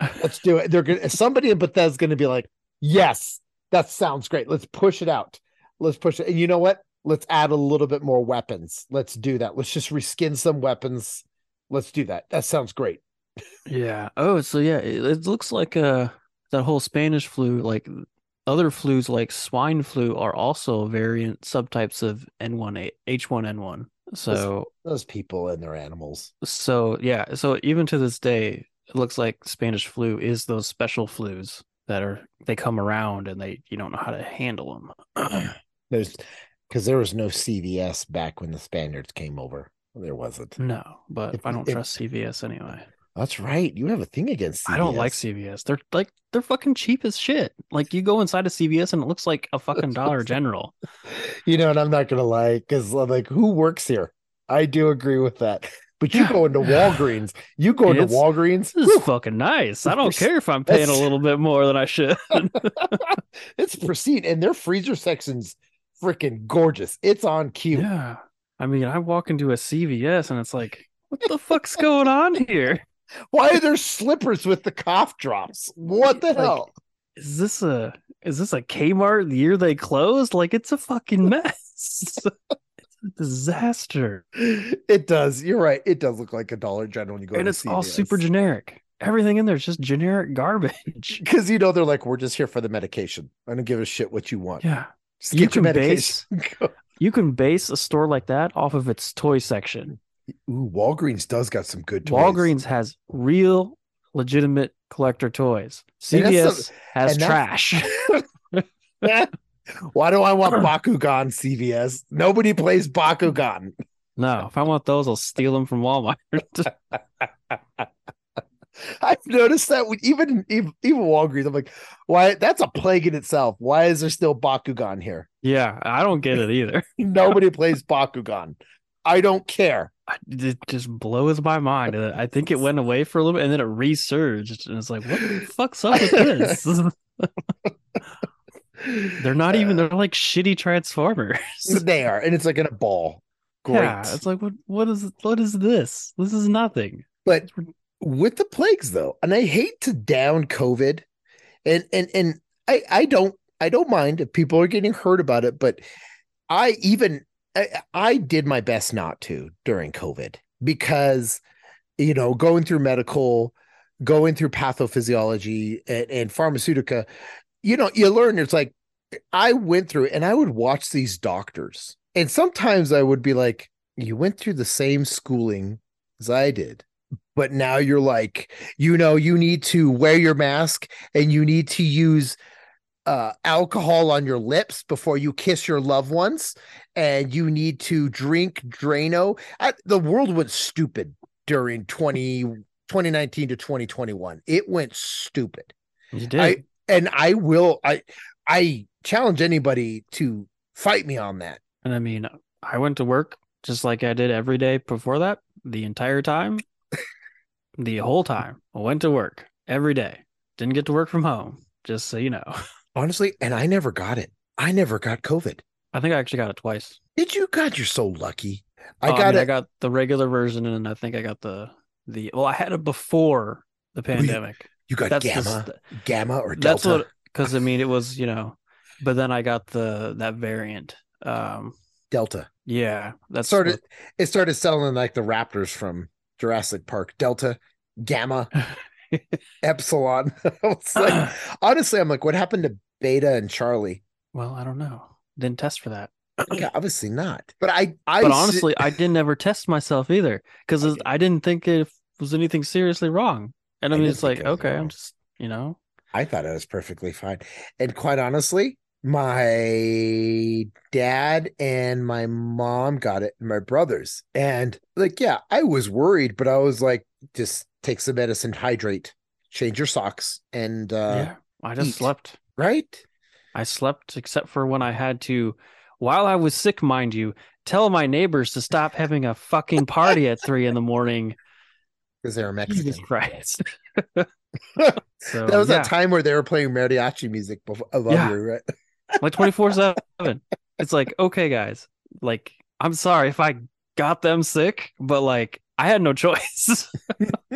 S3: Let's do it. They're gonna somebody in Bethesda's gonna be like, yes, that sounds great. Let's push it out. Let's push it. And you know what? Let's add a little bit more weapons. Let's do that. Let's just reskin some weapons. Let's do that. That sounds great.
S4: Yeah. Oh, so yeah, it, it looks like uh that whole Spanish flu, like other flus like swine flu are also variant subtypes of N1H1N1. So
S3: Those people and their animals.
S4: so yeah, so even to this day, it looks like Spanish flu is those special flus that are they come around and they you don't know how to handle them.
S3: There's because there was no CVS back when the Spaniards came over. There wasn't.
S4: no, but
S3: If-
S4: I don't
S3: if-
S4: trust CVS anyway.
S3: That's right. You have a thing against. CVS.
S4: I don't like CVS. They're like they're fucking cheap as shit. Like you go inside a CVS and it looks like a fucking Dollar General.
S3: You know, and I'm not gonna lie, because I'm like, who works here? I do agree with that. But you
S4: Yeah.
S3: go into Walgreens, you go into
S4: It's-
S3: Walgreens,
S4: This
S3: whew,
S4: is fucking nice. I don't
S3: There's-
S4: care if I'm paying a
S3: that's-
S4: little bit more than I should.
S3: it's pristine, and their freezer section's freaking gorgeous. It's on cue.
S4: Yeah. I mean, I walk into a CVS and it's like, what the fuck's going on here?
S3: Why are there slippers with the cough drops? What the
S4: Like-
S3: hell?
S4: Is this a is this a Kmart the year they closed? Like it's a fucking mess. it's a disaster.
S3: It does. You're right. It does look like a Dollar General when you go.
S4: and
S3: to
S4: it's all
S3: CVS.
S4: super generic. Everything in there is just generic garbage.
S3: because you know they're like, we're just here for the medication. I don't give a shit what you want.
S4: yeah.
S3: Just
S4: You
S3: get your
S4: can
S3: medication.
S4: base you can base a store like that off of its toy section.
S3: Ooh, Walgreens does got some good toys.
S4: Walgreens has real legitimate collector toys.
S3: And that's
S4: CVS has
S3: and that's-
S4: trash.
S3: Why do I want Bakugan CVS? Nobody plays Bakugan.
S4: No, if I want those, I'll steal them from Walmart.
S3: I've noticed that when even even even Walgreens, I'm like, why? That's a plague in itself. Why is there still Bakugan here?
S4: yeah, I don't get it either.
S3: Nobody plays Bakugan. I don't care.
S4: I- It just blows my mind. Uh, I think it went away for a little bit and then it resurged. And it's like, what the fuck's up with this? they're not even, they're like shitty Transformers.
S3: They are, and it's like in a ball. Great.
S4: Yeah, it's like, what, what is, what is this? This is nothing.
S3: but with the plagues though and i hate to down covid and and and i i don't i don't mind if people are getting hurt about it but i even i, I did my best not to during covid because you know going through medical going through pathophysiology and, and pharmaceutica you know you learn it's like i went through it and i would watch these doctors and sometimes i would be like you went through the same schooling as i did but now you're like you know you need to wear your mask and you need to use uh, alcohol on your lips before you kiss your loved ones and you need to drink drano I, the world went stupid during 20 2019 to 2021 it went stupid
S4: You did.
S3: I- and I will I I challenge anybody to fight me on that.
S4: and I mean, I went to work just like I did every day before that, the entire time, the whole time. I went to work every day. Didn't get to work from home, just so you know.
S3: Honestly, and I never got it. I never got COVID.
S4: I think I actually got it twice.
S3: Did you God, you're so lucky. I
S4: Oh,
S3: got
S4: mean, I
S3: it.
S4: got the regular version, and I think I got the the. Well, I had it before the
S3: you-
S4: pandemic.
S3: you got
S4: That's the
S3: gamma,
S4: st-
S3: gamma or delta.
S4: that's what because I mean it was you know, but then I got the that variant. Um,
S3: delta.
S4: yeah,
S3: It
S4: that's
S3: started it started selling like the Raptors from Jurassic Park. Delta, gamma, epsilon. it's like honestly, I'm like, what happened to beta and Charlie?
S4: well, I don't know. Didn't test for that.
S3: Yeah, obviously not. But I I
S4: but
S3: s-
S4: honestly, I didn't ever test myself either because
S3: I did.
S4: I didn't think it was anything seriously wrong. And I,
S3: I
S4: mean,
S3: didn't
S4: it's
S3: think
S4: like,
S3: it was
S4: okay,
S3: wrong.
S4: I'm just, you know,
S3: I thought it was perfectly fine. And quite honestly, my dad and my mom got it, and my brothers. And like, yeah, I was worried, but I was like, just take some medicine, hydrate, change your socks, and uh
S4: yeah, I just
S3: eat.
S4: slept.
S3: right?
S4: I slept except for when I had to, while I was sick, mind you, tell my neighbors to stop having a fucking party at three in the morning.
S3: Because they were Mexican.
S4: Jesus Christ. so,
S3: That was
S4: yeah,
S3: that time where they were playing mariachi music before above
S4: Yeah.
S3: you, right?
S4: like 24 7. It's like, okay, guys, like, I'm sorry if I got them sick, but like, I had no choice.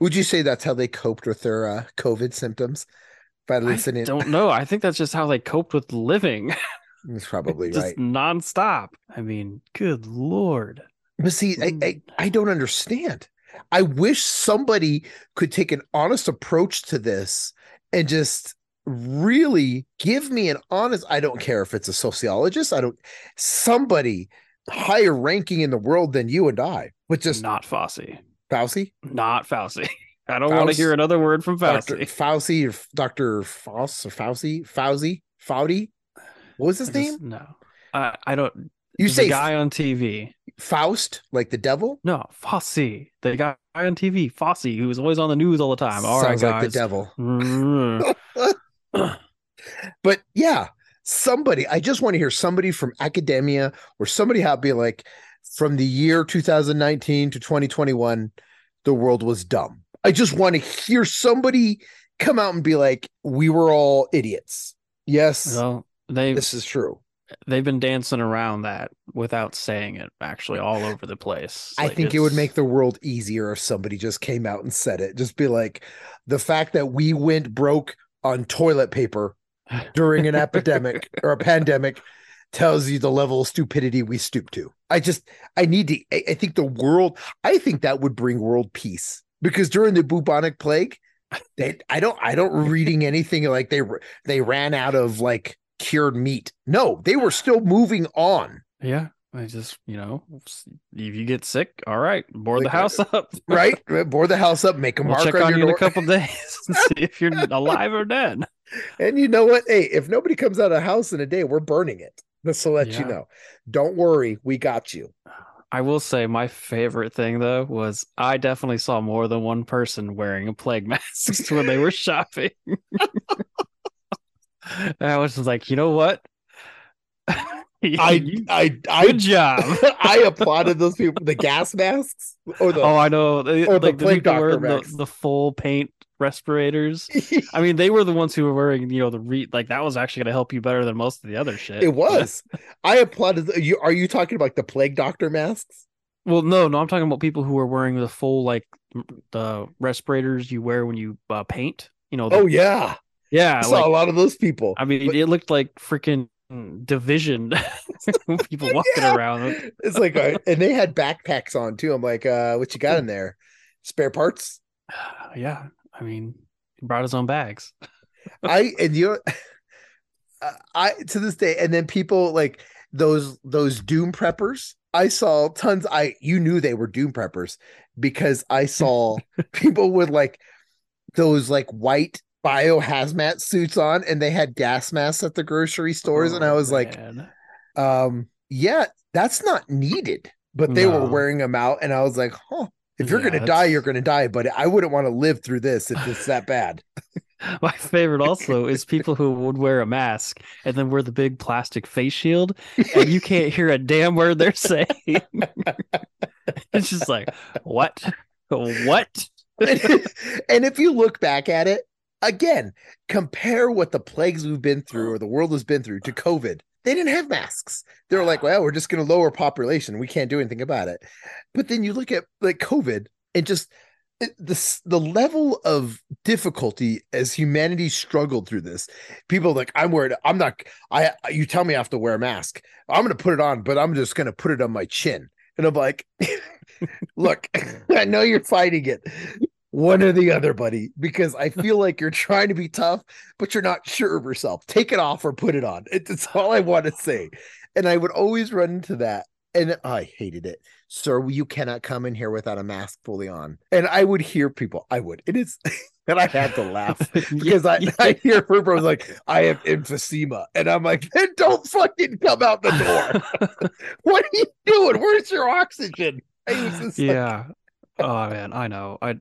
S3: Would you say that's how they coped with their uh, COVID symptoms? By
S4: I
S3: listening,
S4: don't know. I think that's just how they coped with living,
S3: that's probably
S4: just
S3: right.
S4: nonstop. I mean, good lord.
S3: But see, I, I,
S4: Mm.
S3: I don't understand. I wish somebody could take an honest approach to this and just really give me an honest. I don't care if it's a sociologist. I don't. Somebody higher ranking in the world than you and I, which is
S4: not Fossey.
S3: Fauci,
S4: Not Fauci. I don't want to
S3: Faust-
S4: hear another word from
S3: Doctor
S4: Fauci.
S3: Fauci, or Doctor Faust or Fauci, Fauci, Fauci. What was his
S4: I
S3: name?
S4: just- no. I, I don't.
S3: you
S4: the
S3: say
S4: guy on TV.
S3: Faust, like the devil.
S4: No, Fossey. The guy on TV, Fossey, who's always on the news all the time. All right,
S3: Sounds like
S4: guys.
S3: the devil.
S4: Mm.
S3: But yeah, somebody, I just want to hear somebody from academia or somebody out be like, from the year 2019 to 2021, the world was dumb. I just want to hear somebody come out and be like, we were all idiots. Yes,
S4: well, they
S3: this is true.
S4: they've been dancing around that without saying it. Actually, all over the place.
S3: I
S4: Like,
S3: think it would
S4: it's-
S3: make the world easier if somebody just came out and said it. Just be like, the fact that we went broke on toilet paper during an epidemic or a pandemic tells you the level of stupidity we stoop to. I just, I need to, I, I think the world, I think that would bring world peace because during the bubonic plague, they, I don't, I don't reading anything like they, were- they ran out of like cured meat. No, they were still moving on.
S4: Yeah, I just you know, s- if you get sick, all right, board the
S3: Like,
S4: house up.
S3: Right, board the house up, make a
S4: We'll
S3: mark
S4: check
S3: on,
S4: on
S3: your
S4: you in
S3: door.
S4: a couple days and see if you're alive or dead.
S3: And you know what? Hey, if nobody comes out of the house in a day, we're burning it. Just to let you
S4: Yeah.
S3: know. Don't worry, we got you.
S4: I will say my favorite thing though was I definitely saw more than one person wearing a plague mask when they were shopping. And I was just like, you know what? You-
S3: I
S4: good job.
S3: I applauded those people, the gas masks or the
S4: oh, I know. They,
S3: or the
S4: like the
S3: plague
S4: people
S3: doctor
S4: wearing
S3: masks.
S4: the, the full paint respirators. I mean, they were the ones who were wearing, you know, the re like that was actually going to help you better than most of the other shit.
S3: it was. I applauded the- you are you talking about the plague doctor masks?
S4: Well, no, no, I'm talking about people who are wearing the full like m- the respirators you wear when you uh, paint. You know, the-
S3: Oh yeah.
S4: yeah,
S3: I saw
S4: like
S3: a lot of those people.
S4: I mean,
S3: But-
S4: it looked like freaking division people walking
S3: Yeah.
S4: around.
S3: It's like a, and they had backpacks on too. I'm like, uh, what you got in there? Spare parts?
S4: Yeah, I mean, he brought his own bags.
S3: I and you know, I- I to this day, and then people like those those doom preppers. I saw tons. I you knew they were doom preppers because I saw people with like those like white biohazmat suits on, and they had gas masks at the grocery stores, and I
S4: Oh,
S3: was like,
S4: man.
S3: um, yeah, that's not needed. But they
S4: No.
S3: were wearing them out, and I was like, huh. If you're
S4: Yeah,
S3: gonna die,
S4: that's-
S3: you're gonna die. But I wouldn't want to live through this if it's that bad.
S4: my favorite also is people who would wear a mask and then wear the big plastic face shield, and you can't hear a damn word they're saying. it's just like what, what.
S3: and if you look back at it again, compare what the plagues we've been through or the world has been through to COVID. They didn't have masks. They were like, well, we're just going to lower population. We can't do anything about it. But then you look at like COVID and just it- the s- the level of difficulty as humanity struggled through this. People are like I'm wearing I'm not I you tell me I have to wear a mask. I'm going to put it on, but I'm just going to put it on my chin. And I'm like, look, I know you're fighting it, one or the other, buddy, because I feel like you're trying to be tough, but you're not sure of yourself. Take it off or put it on. It- It's all I want to say. And I would always run into that. And I hated it. Sir, you cannot come in here without a mask fully on. And I would hear people, I would. It is, and I had to laugh because I, I hear Herbert was like, I have emphysema. And I'm like, then don't fucking come out the door. what are you doing? Where's your oxygen? I was just like,
S4: yeah. oh man, I know. I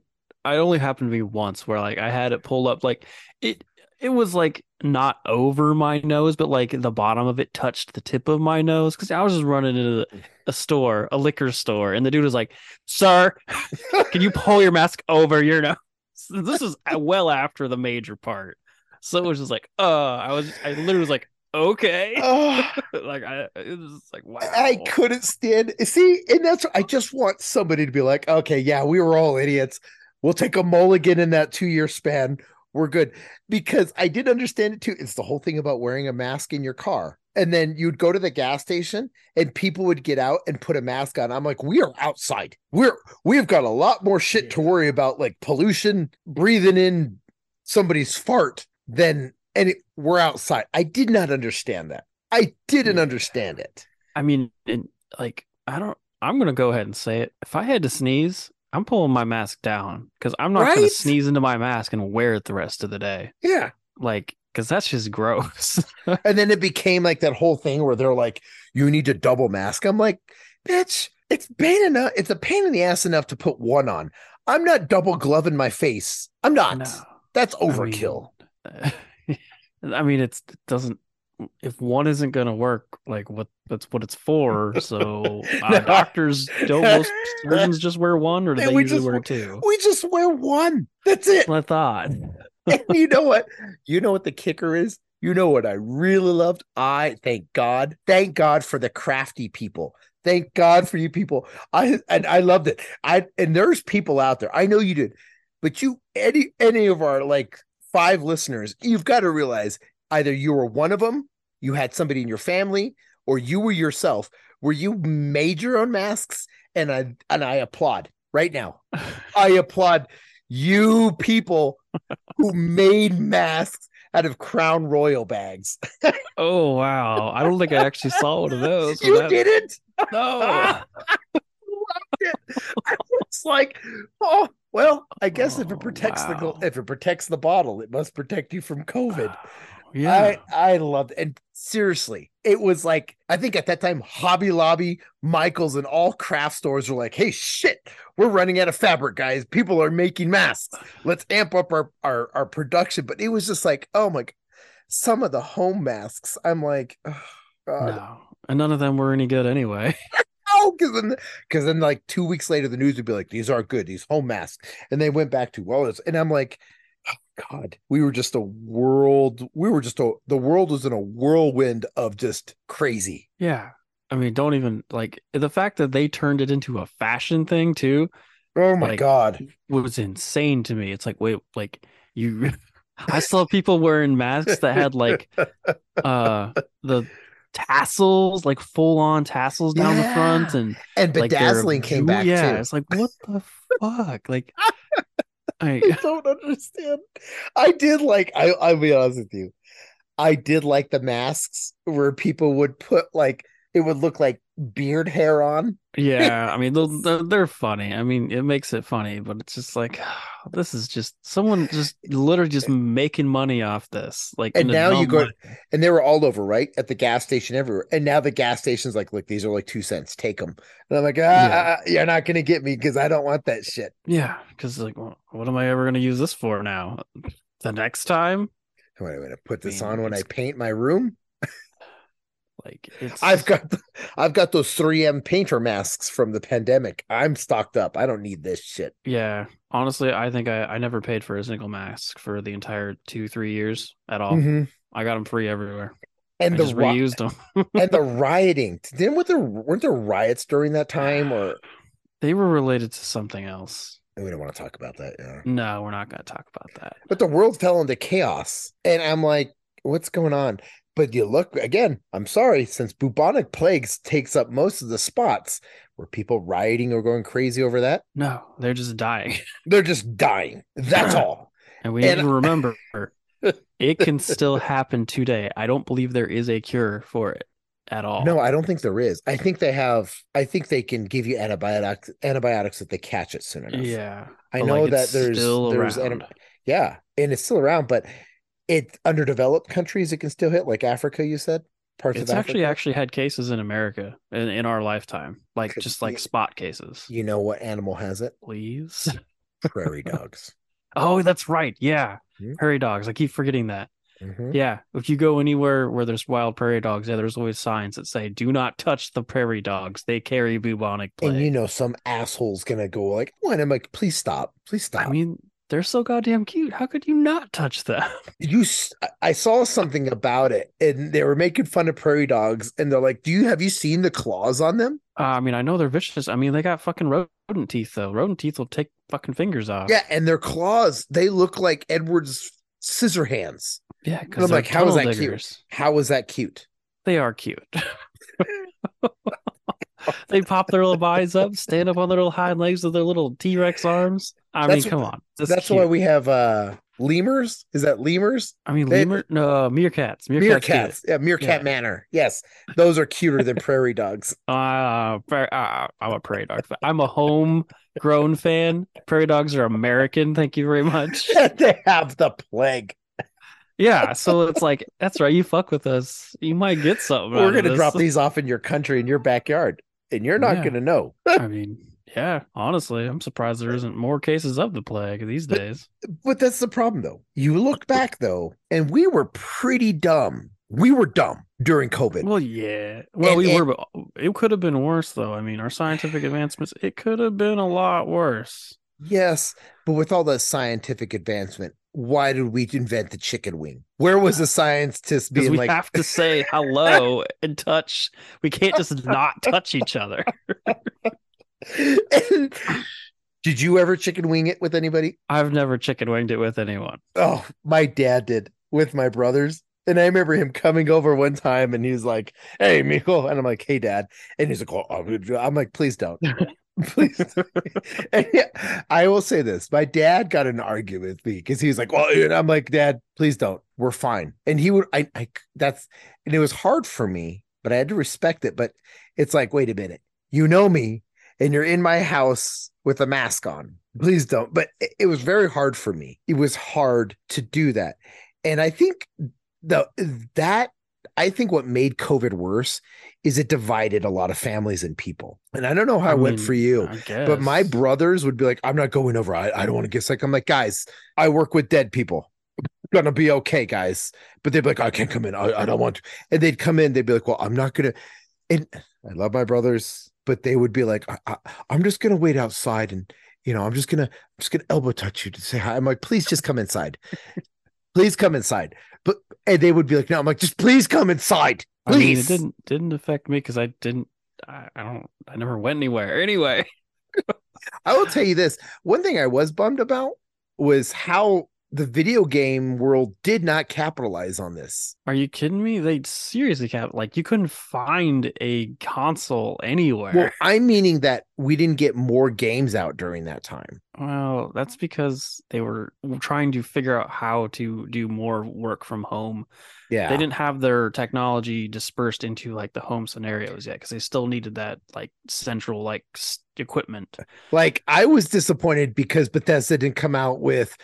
S4: I only happened to me once where like I had it pulled up like it it was like not over my nose, but like the bottom of it touched the tip of my nose because I was just running into the, a store, a liquor store, and the dude was like, "Sir, can you pull your mask over your nose?" This is well after the major part, so it was just like, "Uh," I was I literally was like, "Okay,"
S3: "Ugh."
S4: like I it was just like, "Wow."
S3: Oh. I couldn't stand. See, and that's I just want somebody to be like, okay, yeah, we were all idiots. We'll take a mulligan in that two year span. We're good because I did understand it too. It's the whole thing about wearing a mask in your car, and then you'd go to the gas station, and people would get out and put a mask on. I'm like, we are outside. We're we've got a lot more shit to worry about, like pollution, breathing in somebody's fart, than and it, we're outside. I did not understand that. I didn't
S4: Yeah.
S3: understand it.
S4: I mean, and like I don't I'm gonna go ahead and say it. If I had to sneeze, I'm pulling my mask down because I'm not gonna
S3: Right?
S4: sneeze into my mask and wear it the rest of the day.
S3: Yeah.
S4: Like, because that's just gross.
S3: And then it became like that whole thing where they're like, you need to double mask. I'm like, bitch, it's pain enough. It's a pain in the ass enough to put one on. I'm not double gloving my face. I'm not. That's overkill.
S4: I mean, I mean, it's it doesn't if one isn't gonna work, like what that's what it's for. So uh,
S3: No.
S4: doctors don't most surgeons just wear one or do
S3: They
S4: they
S3: would
S4: usually
S3: just-
S4: wear two?
S3: we just wear one. That's it.
S4: I thought.
S3: And you know what? You know what the kicker is? You know what I really loved? I thank God. Thank God for the crafty people. Thank God for you people. I and I loved it. I and there's people out there. I know you did, but you any any of our like five listeners, you've got to realize either you were one of them, you had somebody in your family, or you were yourself. Where you made your own masks, and I and I applaud right now. I applaud you people who made masks out of Crown Royal bags.
S4: Oh wow! I don't think I actually saw one of those. Oh, so
S3: you
S4: that-
S3: didn't?
S4: No.
S3: It's like, oh well, I guess if
S4: Oh,
S3: it protects the
S4: wow.
S3: the if it protects the bottle, it must protect you from COVID.
S4: Yeah.
S3: I I loved and seriously, it was like I think at that time Hobby Lobby, Michaels, and all craft stores were like, "Hey, shit, we're running out of fabric, guys. People are making masks. Let's amp up our our, our production." But it was just like, oh my, g- some of the home masks. I'm like, oh, God.
S4: no. And none of them were any good anyway.
S3: Oh, because then, because then, like two weeks later, the news would be like, "These aren't good. These home masks," and they went back to well, it's, and I'm like, oh, "God, we were just a world. We were just a the world was in a whirlwind of just crazy."
S4: Yeah. I mean, don't even like the fact that they turned it into a fashion thing too.
S3: Oh my
S4: Like-
S3: God!
S4: was insane to me. It's like, wait, like you I saw people wearing masks that had like uh the tassels, like full on tassels down the front
S3: Yeah.
S4: and
S3: And
S4: like their
S3: bedazzling came
S4: jewel-
S3: back
S4: Yeah,
S3: too.
S4: it's like what the fuck? Like I
S3: I don't understand. I did like. I I'll be honest with you. I did like the masks where people would put like it would look like beard hair on.
S4: yeah, I mean they'll- they're, they're funny. I mean it makes it funny, but it's just like this is just someone just literally just making money off this. Like
S3: And
S4: in a
S3: now you
S4: dumb
S3: go,
S4: way.
S3: and they were all over, right? At the gas station everywhere. And now the gas station's like, look, these are like two cents. Take them. And I'm like, ah,
S4: Yeah.
S3: ah, you're not gonna get me because I don't want that shit.
S4: Yeah, because like, well, what am I ever going to use this for now? The next time,
S3: What am I gonna put this
S4: Man,
S3: on when I
S4: it's-
S3: paint my room?
S4: like, it's
S3: I've got, I've got those 3M painter masks from the pandemic. I'm stocked up. I don't need this shit.
S4: yeah. Honestly, I think I I never paid for a single mask for the entire two three years at all.
S3: Mhm.
S4: I got them free everywhere.
S3: And
S4: Oh, I
S3: the
S4: just
S3: ri-
S4: reused them.
S3: and the rioting. Then were there weren't there riots during that time? Or
S4: They were related to something else.
S3: we don't want to talk about that. Yeah.
S4: No, we're not going to talk about that.
S3: but the world fell into chaos and i'm like what's going on but you look again i'm sorry since bubonic plagues takes up most of the spots were people rioting or going crazy over that
S4: No, they're just dying,
S3: they're just dying that's all
S4: and we
S3: And-
S4: need to remember it can still happen today. I don't believe there is a cure for it at all.
S3: no i don't think there is i think they have i think they can give you antibiotics antibiotics if they catch it soon enough
S4: yeah,
S3: i
S4: but,
S3: know
S4: like,
S3: that
S4: it's
S3: there's
S4: still
S3: there's
S4: around.
S3: anti- yeah and it's still around but it underdeveloped countries it can still hit like africa you said parts
S4: It's
S3: of
S4: actually
S3: Africa?
S4: actually had cases in America in, in our lifetime, like
S3: Could
S4: just like
S3: be.
S4: spot cases.
S3: you know what animal has it
S4: Please.
S3: prairie dogs
S4: Oh, that's right. Yeah,
S3: Hmm?
S4: prairie dogs. I keep forgetting that.
S3: Mhm.
S4: Yeah, if you go anywhere where there's wild prairie dogs, yeah, there's always signs that say "Do not touch the prairie dogs. They carry bubonic plague."
S3: And you know, some asshole's gonna go like, "What?" I'm like, "Please stop! Please stop!"
S4: I mean, they're so goddamn cute. How could you not touch them?
S3: you, s- I- I saw something about it, and they were making fun of prairie dogs, and they're like, "Do you have you seen the claws on them?"
S4: Uh, I mean, I know they're vicious. I mean, they got fucking rodent teeth though. Rodent teeth will take fucking fingers off.
S3: Yeah, and their claws, they look like Edward's scissor hands.
S4: yeah.
S3: And I'm
S4: Because they're
S3: like, how is
S4: tunnel
S3: that cute?
S4: diggers.
S3: How is that cute?
S4: they are cute. they pop their little bodies up, stand up on their little hind legs with their little T Rex arms. I
S3: That's
S4: mean,
S3: wh-
S4: come on.
S3: That's why we have uh lemurs? Is that lemurs?
S4: I mean,
S3: They-
S4: lemur, no, meerkats, meerkats. do
S3: Meerkats. Yeah, meerkat
S4: Yeah.
S3: manor. Yes, those are cuter than prairie dogs.
S4: it. Uh, pra- uh, I'm a prairie dog. fan. I'm a homegrown fan. Prairie dogs are American. Thank you very much.
S3: they have the plague.
S4: Yeah, so it's like that's right. You fuck with us, you might get something.
S3: We're
S4: out of
S3: gonna
S4: this.
S3: drop these off in your country in your backyard, and you're not
S4: Yeah.
S3: gonna know.
S4: I mean, yeah. Honestly, I'm surprised there isn't more cases of the plague these
S3: But-
S4: days.
S3: But that's the problem, though. You look back, though, and we were pretty dumb. We were dumb during COVID.
S4: Well, yeah. Well,
S3: And-
S4: we
S3: and-
S4: were, but it could have been worse, though. I mean, our scientific advancements, it could have been a lot worse.
S3: Yes, but with all the scientific advancement, why did we invent the chicken wing? Where was the scientist
S4: Because
S3: being
S4: we
S3: like,
S4: have to say hello and touch. We can't just not touch each other.
S3: Did you ever chicken wing it with anybody?
S4: I've never chicken winged it with anyone.
S3: Oh, my dad did with my brothers. And I remember him coming over one time and he was like, Hey, Miko. And I'm like, Hey, dad. And he's like, oh, I'm, gonna do-" I'm like, Please don't. Please. don't." and yeah, I will say this my dad got in an argument with me because he's like, Well, and I'm like, Dad, please don't. We're fine. And he would, I, I, that's, and it was hard for me, but I had to respect it. But it's like, Wait a minute. You know me and you're in my house with a mask on. Please don't. But it, it was very hard for me. It was hard to do that. And I think the that I think what made COVID worse is it divided a lot of families and people. And I don't know how
S4: I
S3: it went
S4: mean,
S3: for you.
S4: I guess.
S3: But my brothers would be like, I'm not going over. I, I don't want to get sick. I'm like, guys, I work with dead people. Gonna be okay, guys. But they'd be like, I can't come in. I, I don't want to. And they'd come in, they'd be like, Well, I'm not gonna. And I love my brothers, but they would be like, I, I, I'm just gonna wait outside and you know, I'm just gonna I'm just gonna elbow touch you to say hi. I'm like, please just come inside. please come inside. But and they would be like, No, I'm like, just please come inside.
S4: I mean, it
S3: Please.
S4: didn't didn't affect me because I didn't. I, I don't. I never went anywhere. Anyway,
S3: I will tell you this. One thing I was bummed about was how the video game world did not capitalize on this.
S4: are you kidding me? They seriously kept like you couldn't find a console anywhere.
S3: Well, I'm meaning that we didn't get more games out during that time.
S4: Well, that's because they were trying to figure out how to do more work from home.
S3: Yeah.
S4: They didn't have their technology dispersed into like the home scenarios yet because they still needed that like central like s- equipment.
S3: Like I was disappointed because Bethesda didn't come out with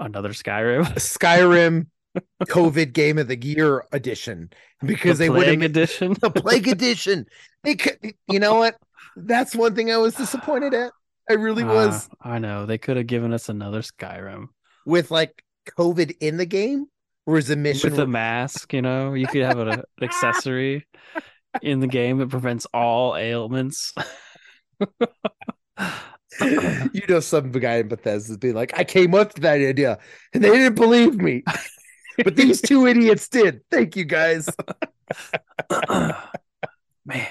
S4: Another Skyrim,
S3: a Skyrim COVID game of the year edition because
S4: the
S3: they would have
S4: Plague
S3: made
S4: edition.
S3: the plague edition. They could, you know what? That's one thing I was disappointed at. I really
S4: Ah,
S3: was
S4: I know they could have given us another Skyrim.
S3: with like COVID in the game or is the mission
S4: with the mask, you know, you could have a, an accessory in the game that prevents all ailments.
S3: you know, some guy in Bethesda's being like, I came up with that idea and they didn't believe me, but these two idiots did. Thank you guys.
S4: man,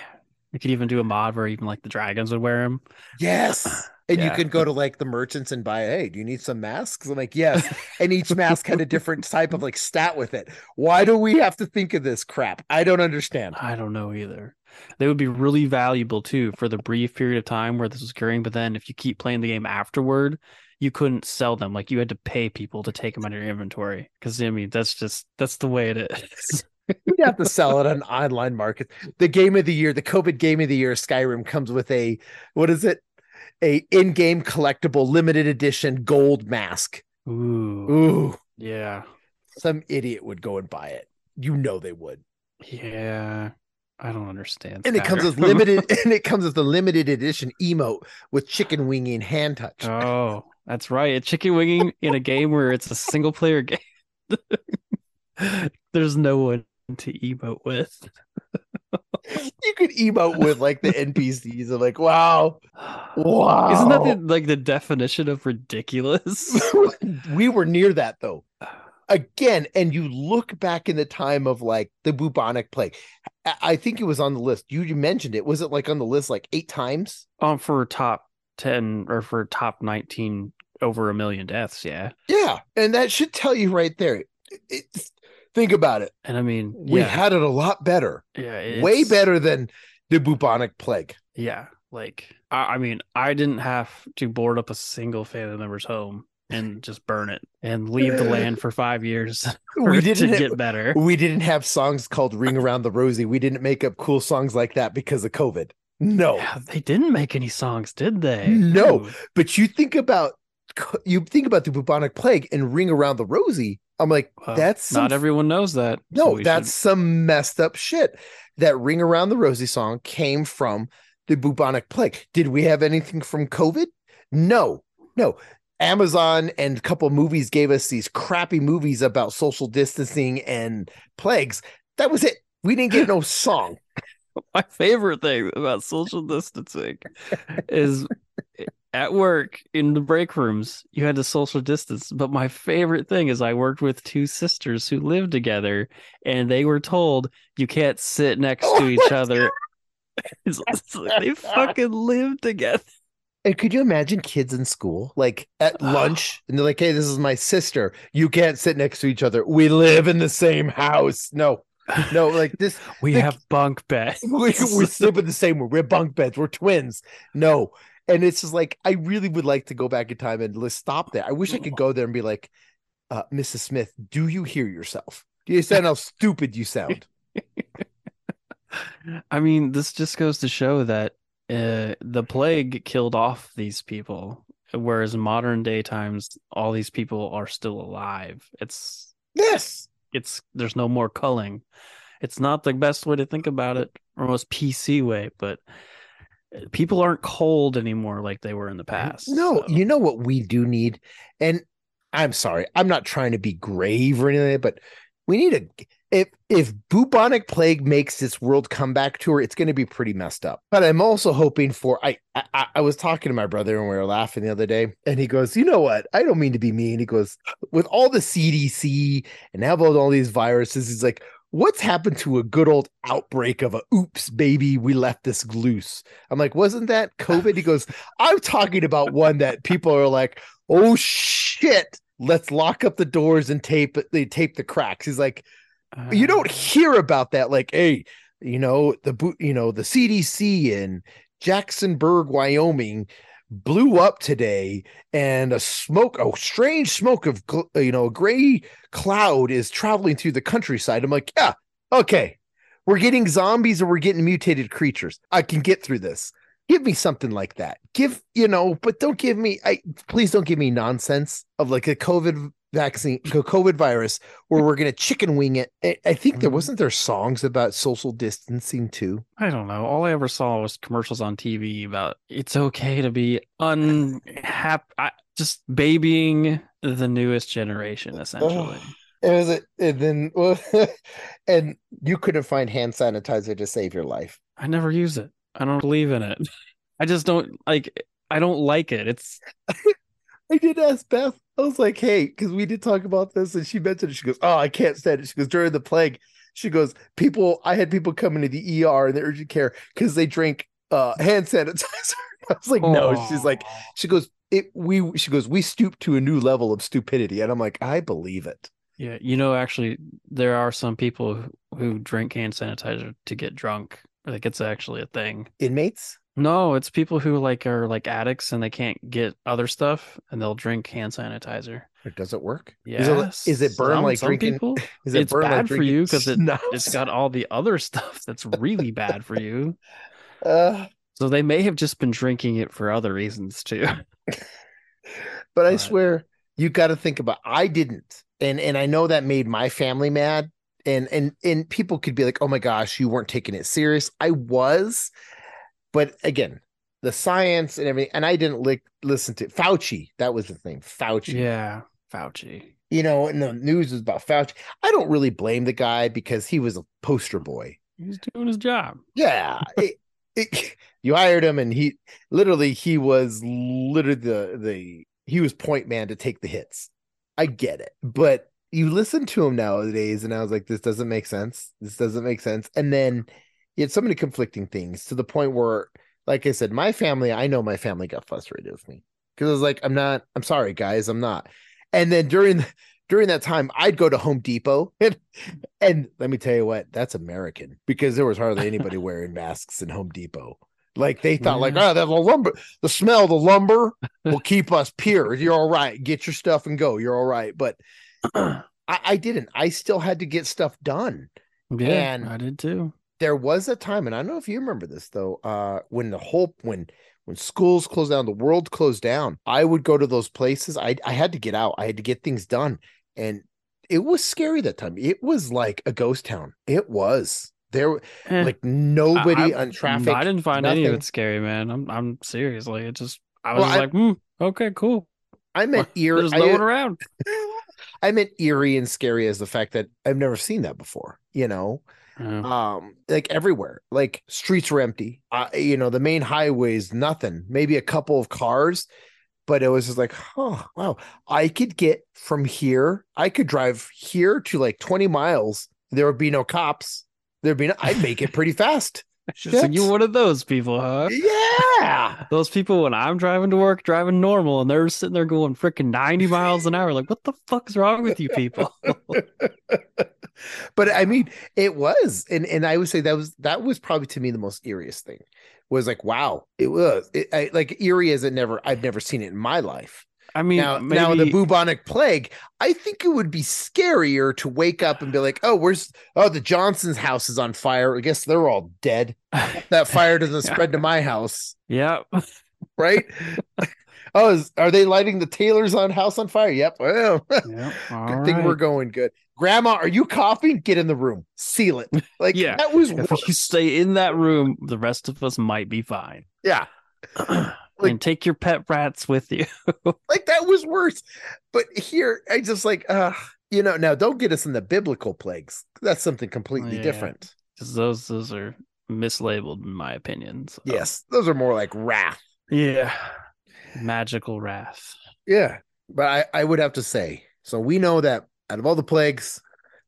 S4: you could even do a mod where even like the dragons would wear them.
S3: Yes. And you
S4: Yeah.
S3: can go to like the merchants and buy, hey, do you need some masks? I'm like, yes. And each mask had a different type of like stat with it. Why do we have to think of this crap? I don't understand.
S4: I don't know either. They would be really valuable too for the brief period of time where this was occurring. But then, if you keep playing the game afterward, you couldn't sell them. Like you had to pay people to take them out of your inventory. Because I mean, that's just that's the way it is.
S3: You'd have to sell it on online market. The game of the year, the COVID game of the year, Skyrim comes with a what is it? A in-game collectible limited edition gold mask.
S4: Ooh,
S3: Ooh.
S4: yeah.
S3: some idiot would go and buy it. You know they would.
S4: Yeah, I don't understand.
S3: And it comes with
S4: Skyrim.
S3: limited and it comes with the limited edition emote with chicken winging hand touch.
S4: oh, that's right. A chicken winging in a game where it's a single player game. There's no one to emote with.
S3: You could emote with like the NPCs of like, wow, wow.
S4: Isn't that the, like the definition of ridiculous?
S3: the we were near that though? Again, and you look back in the time of like the bubonic plague. I- I think it was on the list. You you mentioned it. Was it like on the list like eight times?
S4: um, for top ten or for top nineteen over a million deaths, yeah.
S3: Yeah. And that should tell you right there. It's, think about it.
S4: And I mean,
S3: We
S4: yeah,
S3: had it a lot better.
S4: yeah,
S3: way
S4: it's-
S3: better than the bubonic plague.
S4: Yeah, like I, I mean, I didn't have to board up a single family member's home and just burn it and leave the land for five years for
S3: we
S4: it to
S3: didn't
S4: get better.
S3: we didn't have songs called Ring Around the Rosie. We didn't make up cool songs like that because of COVID. No.
S4: Yeah, they didn't make any songs, did they?
S3: Oh. No.
S4: Ooh,
S3: But you think about you think about the bubonic plague and Ring Around the Rosie. I'm like,
S4: well,
S3: that's some
S4: not everyone knows that. so
S3: No,
S4: we should-
S3: that's some messed up shit. That Ring Around the Rosie song came from the bubonic plague. Did we have anything from COVID? No, no. Amazon and a couple movies gave us these crappy movies about social distancing and plagues. That was it. We didn't get no song.
S4: my favorite thing about social distancing is at work in the break rooms you had to social distance but my favorite thing is i worked with two sisters who lived together and they were told you can't sit next to
S3: Oh
S4: each
S3: my
S4: other It's- it's like they fucking live together
S3: And could you imagine kids in school, like at lunch, and they're like, "Hey, this is my sister. You can't sit next to each other. We live in the same house." No, no, like this.
S4: we
S3: The-
S4: have bunk beds
S3: we, we sleep in the same room. We're bunk beds. We're twins. No. And it's just like, I really would like to go back in time and let's stop that. I wish I could go there and be like, uh, Mrs. Smith, do you hear yourself? Do you understand how stupid you sound?
S4: I mean, this just goes to show that uh, the plague killed off these people, whereas modern day times, all these people are still alive. It's
S3: Yes.
S4: it's there's no more culling. It's not the best way to think about it, or most PC way, but uh, people aren't cold anymore like they were in the past.
S3: No,
S4: so-
S3: you know what we do need? And I'm sorry, I'm not trying to be grave or anything, but we need a if if bubonic plague makes this world comeback tour, it's going to be pretty messed up. But I'm also hoping for I, I- I I was talking to my brother and we were laughing the other day, and he goes, "You know what? I don't mean to be mean." He goes, "With all the CDC and now with all these viruses, he's like." What's happened to a good old outbreak of a oops, baby, we left this loose? I'm like, wasn't that COVID? He goes, I'm talking about one that people are like, oh shit, let's lock up the doors and tape they tape the cracks. He's like, you
S4: uh,
S3: don't hear about that. Like, hey, you know, the boot, you know, the CDC in Jacksonburg, Wyoming blew up today and a smoke a strange smoke of gl- you know a gray cloud is traveling through the countryside i'm like yeah okay we're getting zombies and we're getting mutated creatures i can get through this give me something like that give you know but don't give me i please don't give me nonsense of like a covid vaccine co- covid virus where we're gonna chicken wing it I- i think there
S4: Mhm.
S3: wasn't there songs about social distancing too
S4: I don't know. All I ever saw was commercials on TV about it's okay to be unhappy, just babying the newest generation, essentially.
S3: It was a, and then well, and you couldn't find hand sanitizer to save your life.
S4: I never use it. I don't believe in it. I just don't like. I don't like it. It's
S3: I did ask Beth. I was like, "Hey," because we did talk about this, and she mentioned it. She goes, "Oh, I can't stand it." She goes, "During the plague, she goes, people. I had people come into the ER and the urgent care because they drank uh, hand sanitizer." I was like, "No." She's like, she goes, "It. We." She goes, "We stoop to a new level of stupidity," and I'm like, "I believe it."
S4: yeah. You know, actually, there are some people who- who drink hand sanitizer to get drunk. Like it's actually a thing.
S3: Inmates.
S4: No, it's people who like are like addicts and they can't get other stuff, and they'll drink hand sanitizer.
S3: Or does it work?
S4: Yeah.
S3: Is it, is it burn like drinking?
S4: people?
S3: Is it
S4: It's
S3: burn like
S4: bad for
S3: drinking
S4: you 'cause it-
S3: schnapps?
S4: It's got all the other stuff that's really bad for you.
S3: Uh,
S4: So they may have just been drinking it for other reasons too.
S3: but I
S4: But-
S3: swear you got to think about. I didn't, and and I know that made my family mad, and and and people could be like, "Oh my gosh, you weren't taking it serious." I was, but again, the science and everything, and I didn't lick, listen to Fauci. That was the thing, Fauci.
S4: Yeah, Fauci.
S3: You know, and the news was about Fauci. I don't really blame the guy because he was a poster boy.
S4: He was doing his job.
S3: Yeah. it- it- you hired him and he literally he was literally the the he was point man to take the hits. I get it. But you listen to him nowadays and I was like this doesn't make sense. This doesn't make sense. And then you had so many conflicting things to the point where like I said my family, I know my family got frustrated with me cuz I was like I'm not I'm sorry guys, I'm not. And then during during that time I'd go to Home Depot and and let me tell you what, that's American because there was hardly anybody wearing masks in Home Depot. Like they thought, like,
S4: Yeah.
S3: oh, that the lumber, the smell, of the lumber will keep us pure. You're all right. Get your stuff and go. You're all right. But I, I didn't. I still had to get stuff done.
S4: Yeah,
S3: And-
S4: I did too.
S3: There was a time, and I don't know if you remember this though, uh, when the whole when when schools closed down, the world closed down. I would go to those places. I I had to get out. I had to get things done, and it was scary that time. It was like a ghost town. It was there,
S4: Eh.
S3: like nobody
S4: I-
S3: on traffic.
S4: No, I didn't find any of
S3: nothing.
S4: it scary, man. I'm I'm seriously. It just I was
S3: Well,
S4: just
S3: I-
S4: like, hmm, okay, cool.
S3: I meant
S4: They're
S3: ear.
S4: just
S3: I,
S4: no one
S3: didn't-
S4: around.
S3: I meant eerie and scary as the fact that I've never seen that before. You know,
S4: Yeah.
S3: um, like everywhere, like streets were empty. Uh, you know, the main highways, nothing. Maybe a couple of cars, but it was just like, oh wow, I could get from here. I could drive here to like twenty miles. There would be no cops. There'd be no. I'd make it pretty fast.
S4: So you one of those people, huh?
S3: yeah.
S4: Those people when I'm driving to work, driving normal, and they're sitting there going freaking 90 miles an hour. Like, what the fuck's wrong with you people?
S3: but I mean, it was, and and I would say that was that was probably to me the most eeriest thing was like, wow, it was it, I, like eerie as it never I've never seen it in my life.
S4: I mean,
S3: now,
S4: maybe,
S3: now the bubonic plague, I think it would be scarier to wake up and be like, oh, where's oh the Johnson's house is on fire. I guess they're all dead. That fire doesn't spread to my house,
S4: yeah,
S3: right? oh, is, are they lighting the Taylor's on house on fire? Yep. Well,
S4: yeah.
S3: Good
S4: all
S3: thing we're
S4: right.
S3: going good. Grandma, are you coughing? Get in the room. Seal it. Like
S4: Yeah.
S3: that was
S4: If you
S3: worse.
S4: stay in that room, the rest of us might be fine.
S3: yeah.
S4: and take your pet rats with you.
S3: Like that was worse. But here I just like uh you know, now don't get us in the biblical plagues. That's something completely
S4: Yeah.
S3: different.
S4: Because those those are mislabeled in my opinion. so.
S3: Yes. Those are more like wrath.
S4: Yeah. Magical wrath.
S3: Yeah. But I, I would have to say, so we know that out of all the plagues,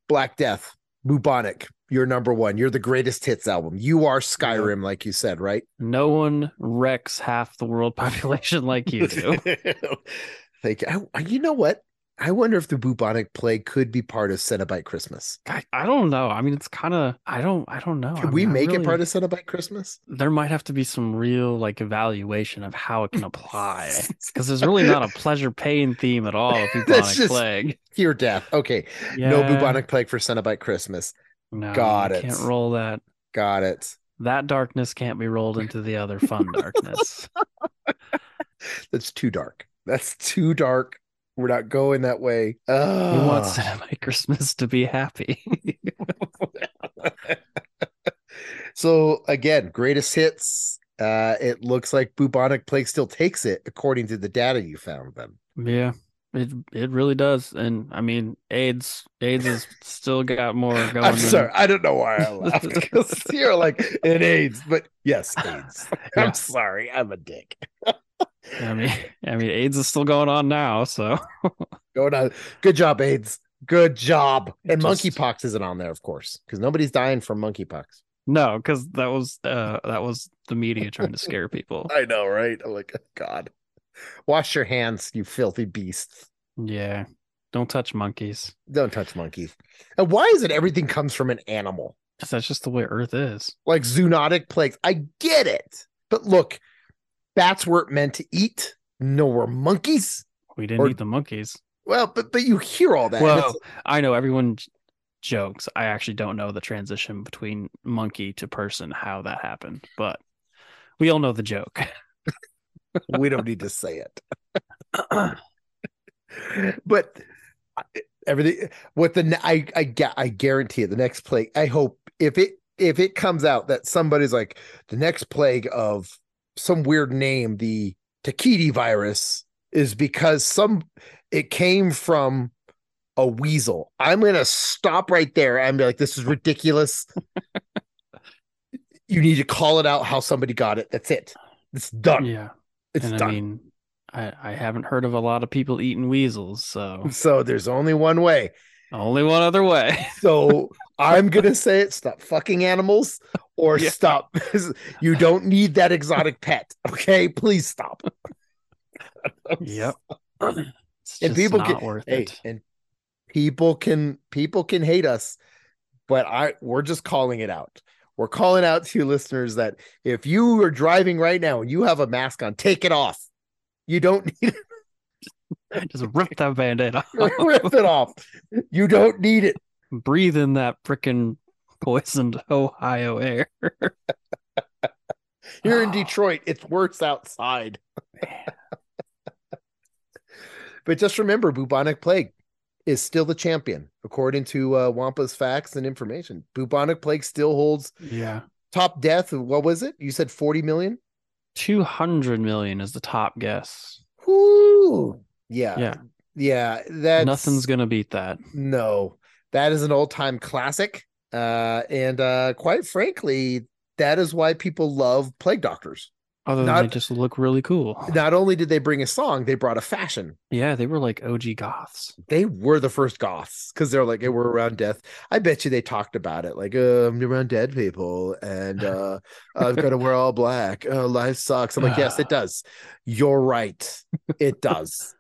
S3: Black Death, Bubonic, you're number one. You're the greatest hits album. You are Skyrim, like you said, right?
S4: No one wrecks half the world population like you do.
S3: Thank you. I, you know what? I wonder if the bubonic plague could be part of Cenobite Christmas.
S4: I, I don't know. I mean, it's kind of I don't I don't know.
S3: Could
S4: I
S3: we
S4: mean, I
S3: make it
S4: Oh, really-
S3: part of Cenobite Christmas?
S4: There might have to be some real like evaluation of how it can apply because there's really not a pleasure pain theme at all. If you
S3: That's
S4: bought a
S3: just-
S4: plague,
S3: Fear death. Okay. No bubonic plague for Cenobite Christmas.
S4: No,
S3: Got
S4: you
S3: it.
S4: Can't roll that.
S3: Got it.
S4: That darkness can't be rolled into the other fun darkness.
S3: That's too dark. That's too dark. We're not going that way. Ah.
S4: He wants
S3: Ugh.
S4: Cinema Christmas to be happy.
S3: so again, greatest hits. Uh, it looks like bubonic plague still takes it according to the data you found then.
S4: yeah, it it really does. And I mean, AIDS AIDS has still got more going.
S3: I'm
S4: than-
S3: sorry. I don't know why I laughed because you're like it AIDS, but yes, AIDS.
S4: Yeah.
S3: I'm sorry. I'm a dick.
S4: I mean, I mean, AIDS is still going on now. So
S3: Going on. Good job, AIDS. Good job. And
S4: Just-
S3: monkeypox isn't on there, of course, because nobody's dying from monkeypox.
S4: no, because that was uh that was the media trying to scare people.
S3: I know, right? I'm like, oh, God. Wash your hands, you filthy beasts.
S4: Yeah, don't touch monkeys.
S3: Don't touch monkeys. And why is it everything comes from an animal?
S4: 'Cause that's just the way Earth is.
S3: Like zoonotic plagues. I get it. But look, bats weren't meant to eat, nor were monkeys.
S4: We didn't
S3: Or-
S4: eat the monkeys.
S3: Well, but but you hear all that. and it's
S4: Well, I know everyone j- jokes. I actually don't know the transition between monkey to person, how that happened, but we all know the joke.
S3: we don't need to say it. but everything what the ne- I I gu- I guarantee it the next plague. I hope if it if it comes out that somebody's like the next plague of some weird name, the Takiti virus is because some it came from a weasel. I'm gonna stop right there and be like, this is ridiculous. you need to call it out how somebody got it. That's it. It's done.
S4: Yeah.
S3: It's
S4: and
S3: done.
S4: I mean, I, I haven't heard of a lot of people eating weasels, so
S3: So there's only one way.
S4: only one other way.
S3: So I'm gonna say it: stop fucking animals, or
S4: Yeah.
S3: stop. you don't need that exotic pet. Okay, please stop.
S4: yep. It's
S3: And
S4: just
S3: people
S4: not
S3: can-
S4: worth
S3: Hey,
S4: it.
S3: and people can people can hate us, but I we're just calling it out. We're calling out to listeners that if you are driving right now and you have a mask on, take it off. You don't need
S4: Just rip that band-aid off.
S3: it. Rip it off. You don't need it.
S4: Breathe in that freaking poisoned Ohio air.
S3: Here in
S4: Oh.
S3: Detroit, it's worse outside. but just remember, bubonic plague is still the champion, according to uh, Wampa's facts and information. Bubonic plague still holds
S4: Yeah.
S3: top death. of- What was it? You said 40 million?
S4: 200 million is the top guess.
S3: Whoo! Yeah.
S4: Yeah.
S3: Yeah. That's
S4: Nothing's going to beat that.
S3: no. That is an all-time classic. Uh, and uh, quite frankly, that is why people love plague doctors.
S4: Other than
S3: Not-
S4: they just look really cool.
S3: Not only did they bring a song, they brought a fashion.
S4: yeah, they were like OG goths.
S3: they were the first goths because they're like, hey, we're around death. I bet you they talked about it like, uh, I'm around dead people and uh, I've got to wear all black. Uh, life sucks. I'm like, yes, it does. You're right. It does.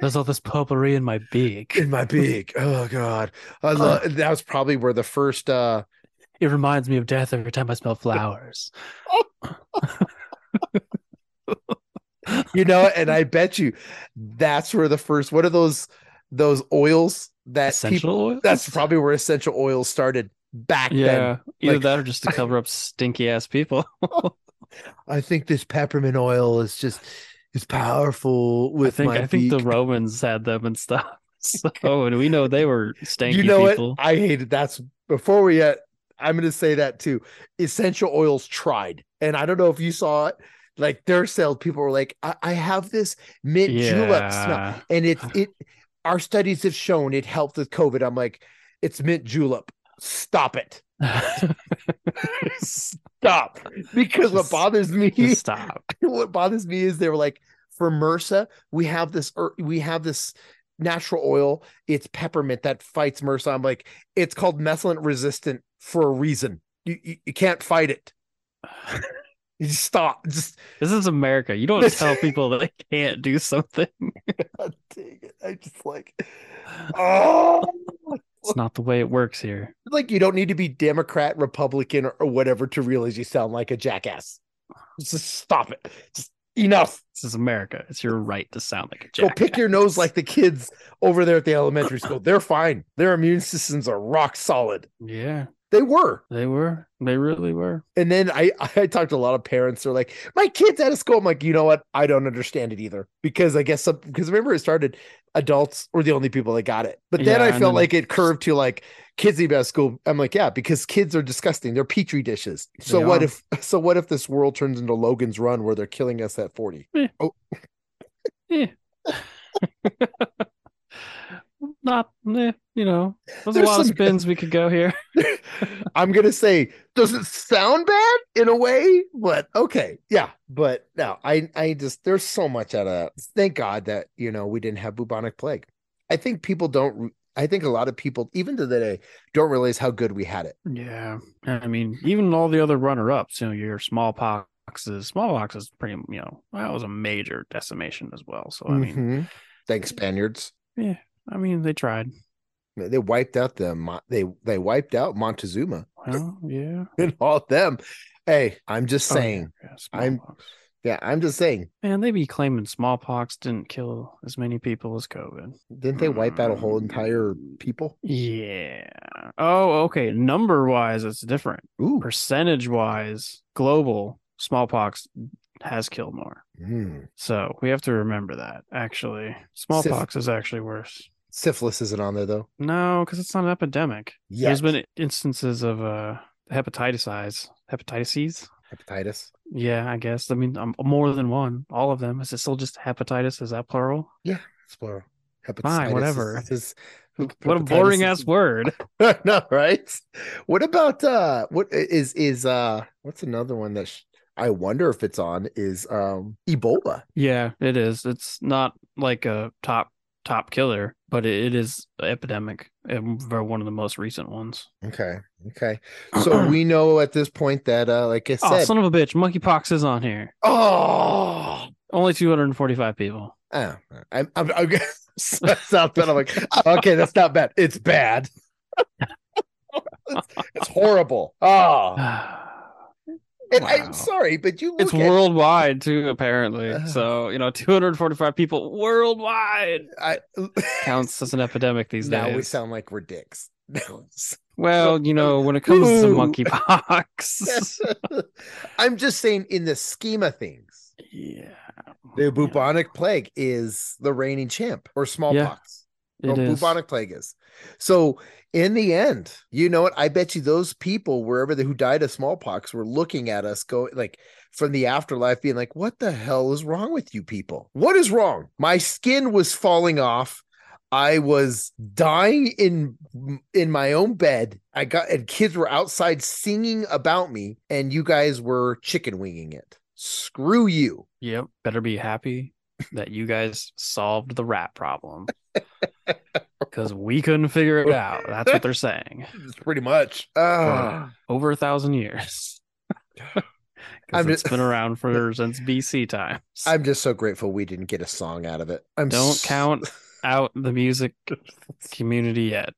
S4: There's all this potpourri in my beak.
S3: In my beak. Oh, God. I love that. Was probably where the first, uh,
S4: It reminds me of death every time I smell flowers.
S3: you know, and I bet you that's where the first, what are those, those oils that
S4: Essential
S3: people,
S4: oil?
S3: that's probably where essential oils started back then.
S4: Yeah, either
S3: Like-
S4: that or just to cover up stinky ass people.
S3: I think this peppermint oil is just is powerful
S4: I
S3: with
S4: think
S3: my
S4: I think the
S3: beak.
S4: Romans had them and stuff. So and we know they were stanky
S3: you know
S4: people.
S3: what? I hated that's before we uh I'm gonna say that too. Essential oils tried. And I don't know if you saw it. Like their sales people were like, I, I have this mint julep smell.
S4: Yeah,
S3: And it's it our studies have shown it helped with COVID. I'm like, it's mint julep. Stop it. Stop. Because what
S4: Just-
S3: bothers me
S4: Just stop.
S3: what bothers me is they were like, for MRSA, we have this er, we have this natural oil. It's peppermint that fights MRSA. I'm like, it's called methylene resistant for a reason. You you, you can't fight it. You just stop. Just
S4: This is America. You don't
S3: This-
S4: tell people that they can't do something.
S3: God dang it. I just like, oh,
S4: It's not the way it works here.
S3: like you don't need to be Democrat, Republican, or, or whatever to realize you sound like a jackass. Just stop it. Just enough.
S4: This is America. It's your right to sound like a
S3: Go
S4: jack.
S3: pick your nose like the kids over there at the elementary school. They're fine. Their immune systems are rock solid.
S4: Yeah,
S3: They were.
S4: they were. They really were.
S3: And then I, I talked to a lot of parents. They're like, my kid's out of school. I'm like, you know what? I don't understand it either. Because I guess some because remember it started adults were the only people that got it. But then
S4: Yeah,
S3: I
S4: and
S3: felt
S4: then-
S3: like it curved to like kids need to be out of school. I'm like, yeah, because kids are disgusting. They're petri dishes. So
S4: They
S3: what
S4: are.
S3: if so what if this world turns into Logan's run where they're killing us at 40?
S4: Not, eh, you know, there's,
S3: There's
S4: a lot of
S3: some-
S4: spins we could go here.
S3: I'm gonna say doesn't sound bad in a way, but okay, yeah. But no, I I just there's so much out of thank God that you know we didn't have bubonic plague. I think people don't. re- I think a lot of people, even to today, don't realize how good we had it.
S4: Yeah, I mean, even all the other runner-ups, you know, your smallpoxes, smallpox is pretty, you know, that was a major decimation as well. So I mean,
S3: Mhm. thanks Spaniards.
S4: I mean, they tried.
S3: They wiped out the Mo- they they wiped out Montezuma
S4: Well, yeah,
S3: and all them. Hey, I'm just
S4: Oh, yeah,
S3: saying.
S4: yeah,
S3: I'm-
S4: smallpox.
S3: yeah, I'm just saying.
S4: Man, they be claiming smallpox didn't kill as many people as COVID.
S3: Didn't they wipe out a whole
S4: Mm.
S3: entire people?
S4: Yeah. Oh, okay. Number wise, it's different.
S3: Ooh,
S4: Percentage wise, global smallpox has killed more.
S3: Mm.
S4: So we have to remember that. Actually, smallpox is actually worse.
S3: syphilis isn't on there though.
S4: No, because it's not an epidemic.
S3: Yes,
S4: There's been instances of uh hepatitis eyes, hepatitis.
S3: hepatitis.
S4: Yeah, I guess. I mean, um, more than one. All of them. Is it still just hepatitis? Is that plural?
S3: It's plural.
S4: Fine,
S3: Hepatitis
S4: whatever.
S3: is- is-
S4: What a
S3: hepatitis
S4: boring
S3: is-
S4: ass word.
S3: no, right? What about uh what is is uh what's another one that sh- I wonder if it's on is um Ebola.
S4: Yeah, it is. It's not like a top top killer, but it, it is epidemic and ver- one of the most recent ones.
S3: Okay. Okay. So we know at this point that uh like I
S4: Oh,
S3: said
S4: son of a bitch! Monkeypox is on here.
S3: oh,
S4: Only two hundred and forty-five people.
S3: oh I'm I'm, I'm that's not bad. I'm like okay, that's not bad. It's bad. It's horrible. Oh, and
S4: Wow.
S3: I'm sorry, but you look
S4: it's
S3: at-
S4: worldwide too, apparently.
S3: Ugh.
S4: So you know, 245 people worldwide
S3: I,
S4: counts as an epidemic these
S3: now we
S4: days.
S3: sound like we're dicks. Now it's-
S4: Well, you know, when it comes to
S3: Ooh.
S4: monkeypox,
S3: I'm just saying, in the scheme of things,
S4: yeah,
S3: the bubonic plague is the reigning champ, or smallpox.
S4: it
S3: or
S4: is.
S3: bubonic plague is. So, in the end, you know what? I bet you those people, wherever they, who died of smallpox, were looking at us, go like from the afterlife, being like, "What the hell is wrong with you people? What is wrong? My skin was falling off." I was dying in in my own bed. I got and kids were outside singing about me, and you guys were chicken winging it. Screw you!
S4: Yep. Better be happy that you guys solved the rat problem. Because we couldn't figure it out. That's what they're saying.
S3: Pretty much. Ah.
S4: For over a thousand years. Because
S3: I'm
S4: it's
S3: just-
S4: been around for since BC times.
S3: I'm just so grateful we didn't get a song out of it. I'm
S4: Don't
S3: s-
S4: count out the music community yet.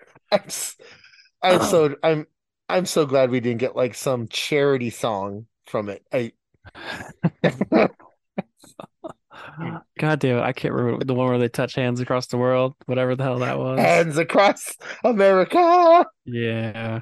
S3: I'm, s- I'm so I'm I'm so glad we didn't get like some charity song from it. I
S4: God damn it. I can't remember the one where they touch hands across the world, whatever the hell that was.
S3: hands across America.
S4: Yeah.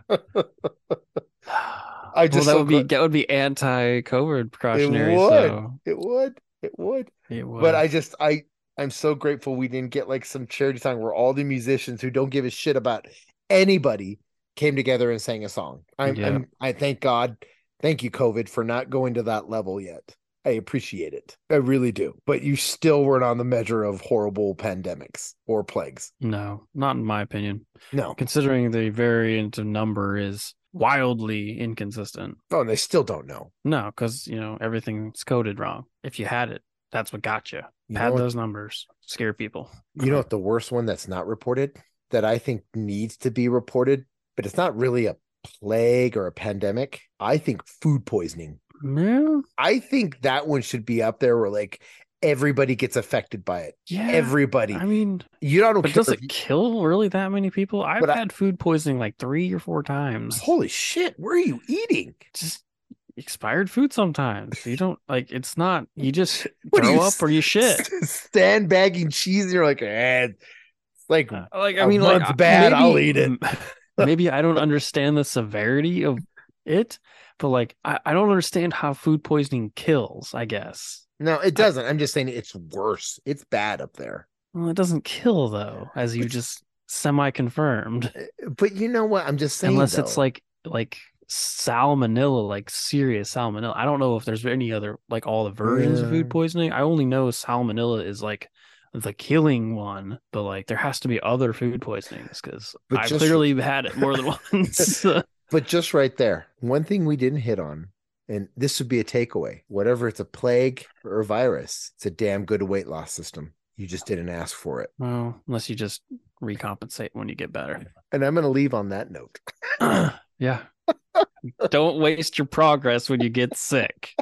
S3: I just
S4: well, that
S3: so
S4: would be
S3: glad-
S4: that would be anti-COVID precautionary.
S3: would.
S4: So
S3: It would. It would.
S4: it would.
S3: But I just I I'm so grateful we didn't get like some charity song where all the musicians who don't give a shit about anybody came together and sang a song. I'm,
S4: Yeah.
S3: I'm I thank God, thank you COVID for not going to that level yet. I appreciate it. I really do. But you still weren't on the measure of horrible pandemics or plagues.
S4: no, not in my opinion.
S3: No.
S4: Considering the variant of number is wildly inconsistent.
S3: Oh, and they still don't know.
S4: No, because you know everything's coded wrong. If you had it, that's what got you.
S3: You know
S4: Pad
S3: what-
S4: those numbers, scare people.
S3: You know what the worst one that's not reported that I think needs to be reported, but it's not really a plague or a pandemic. I think food poisoning.
S4: No,
S3: I think that one should be up there where like everybody gets affected by it.
S4: yeah.
S3: Everybody.
S4: I mean,
S3: you don't
S4: but
S3: care.
S4: does
S3: if
S4: it
S3: you-
S4: kill really that many people? I've
S3: But I-
S4: had food poisoning like three or four times.
S3: Holy shit, where are you eating?
S4: just expired food sometimes. You don't like it's not you just
S3: What do
S4: throw
S3: you
S4: up
S3: s-
S4: or you shit.
S3: Stand bagging cheese and you're like, eh. it's Like
S4: Like I
S3: A
S4: mean like
S3: month
S4: I-
S3: bad, I'll eat it.
S4: m- maybe I don't understand the severity of it, but like I, I don't understand how food poisoning kills, I guess.
S3: no, it doesn't. I'm just saying it's worse. It's bad up there.
S4: Well, it doesn't kill though, as you just semi confirmed.
S3: But you know what? I'm just saying
S4: Unless it's
S3: though,
S4: like like salmonella, like serious salmonella. I don't know if there's any other like all the versions of food
S3: Yeah.
S4: poisoning. I only know salmonella is like the killing one, but like there has to be other food poisonings because
S3: But
S4: I've
S3: just-
S4: clearly had it more than once.
S3: But just right there, one thing we didn't hit on, and this would be a takeaway whatever it's a plague or a virus, it's a damn good weight loss system. You just didn't ask for it.
S4: well, unless you just recompensate when you get better.
S3: And I'm going to leave on that note.
S4: yeah. don't waste your progress when you get sick.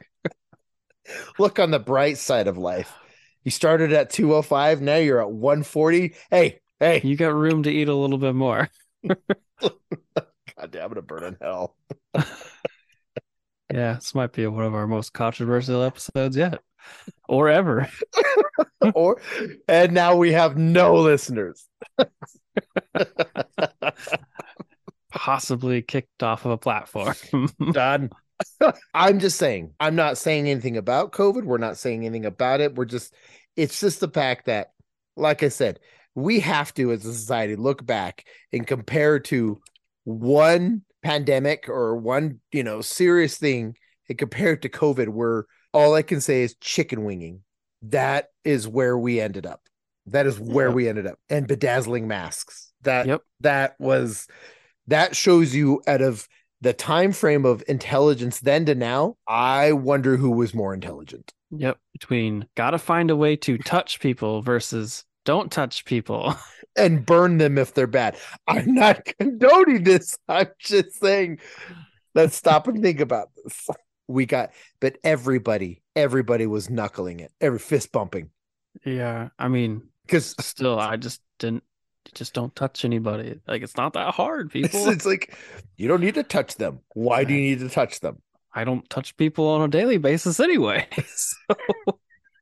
S3: Look on the bright side of life. You started at 205, now you're at 140. Hey, hey,
S4: You got room to eat a little bit more.
S3: God damn, I'm gonna burn in hell.
S4: Yeah, this might be one of our most controversial episodes yet. Or ever.
S3: or and now we have no listeners.
S4: possibly kicked off of a platform.
S3: Done. I'm just saying, I'm not saying anything about COVID. We're not saying anything about it. We're just, it's just the fact that, like I said, we have to, as a society, look back and compare to one pandemic or one, you know, serious thing and compare it to COVID, where all I can say is chicken winging. That is where we ended up. That is where
S4: Yep.
S3: we ended up. And bedazzling masks. That
S4: Yep.
S3: that was that shows you out of the time frame of intelligence then to now, I wonder who was more intelligent.
S4: yep. Between gotta find a way to touch people versus don't touch people.
S3: And burn them if they're bad. I'm not condoning this. I'm just saying, let's stop and think about this. We got, but everybody, everybody was knuckling it, every fist bumping.
S4: Yeah. I mean,
S3: Because
S4: still, I just didn't. just don't touch anybody. Like it's not that hard,
S3: It's,
S4: people.
S3: it's like you don't need to touch them. Why do you need to touch them?
S4: I don't touch people on a daily basis anyway. So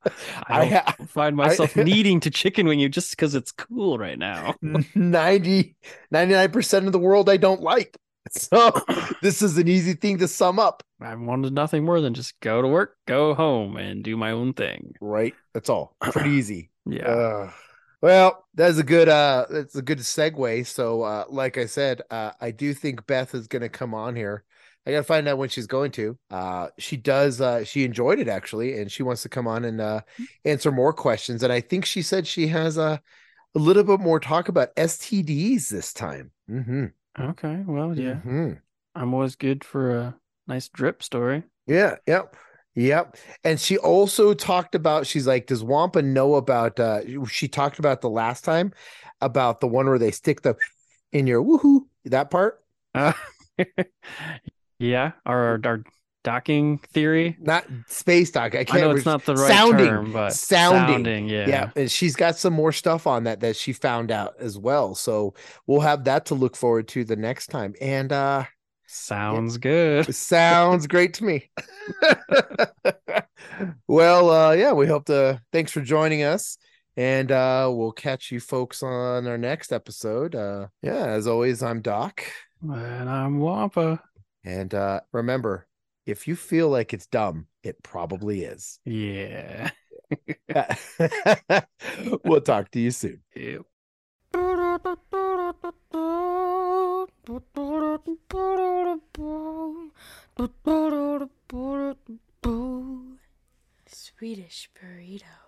S4: I
S3: I,
S4: don't
S3: ha-
S4: find myself needing to chicken wing you just because it's cool right now.
S3: 90 99% of the world I don't like. So this is an easy thing to sum up,
S4: I wanted nothing more than just go to work, go home, and do my own thing.
S3: right? That's all. Pretty easy.
S4: Yeah.
S3: Ugh. well, that's a good uh that's a good segue. So uh like I said, uh I do think Beth is gonna come on here. I gotta find out when she's going to. Uh she does uh she enjoyed it actually, and she wants to come on and uh
S4: Mm-hmm.
S3: answer more questions. And I think she said she has a a little bit more talk about STDs this time. Mm-hmm.
S4: okay. Well, Oh, yeah. Mm-hmm.
S3: Mhm.
S4: I'm always good for a nice drip story.
S3: Yeah, yep. Yep. And she also talked about she's like, does Wampa know about uh she talked about the last time about the one where they stick the in your woohoo that part?
S4: Uh, yeah. Our, our docking theory.
S3: Not space doc. I
S4: I
S3: can't
S4: know it's
S3: res-
S4: not the right
S3: sounding,
S4: term, but
S3: sounding.
S4: yeah.
S3: yeah. and she's got some more stuff on that that she found out as well. So we'll have that to look forward to the next time. And uh
S4: Sounds good.
S3: Sounds great to me. well, uh, yeah, we hope to. Thanks for joining us. And uh, we'll catch you folks on our next episode. Uh, yeah, as always, I'm Doc.
S4: And I'm Wampa.
S3: And uh, remember, if you feel like it's dumb, it probably is.
S4: Yeah.
S3: we'll talk to you soon.
S4: Ew.
S1: Swedish burrito.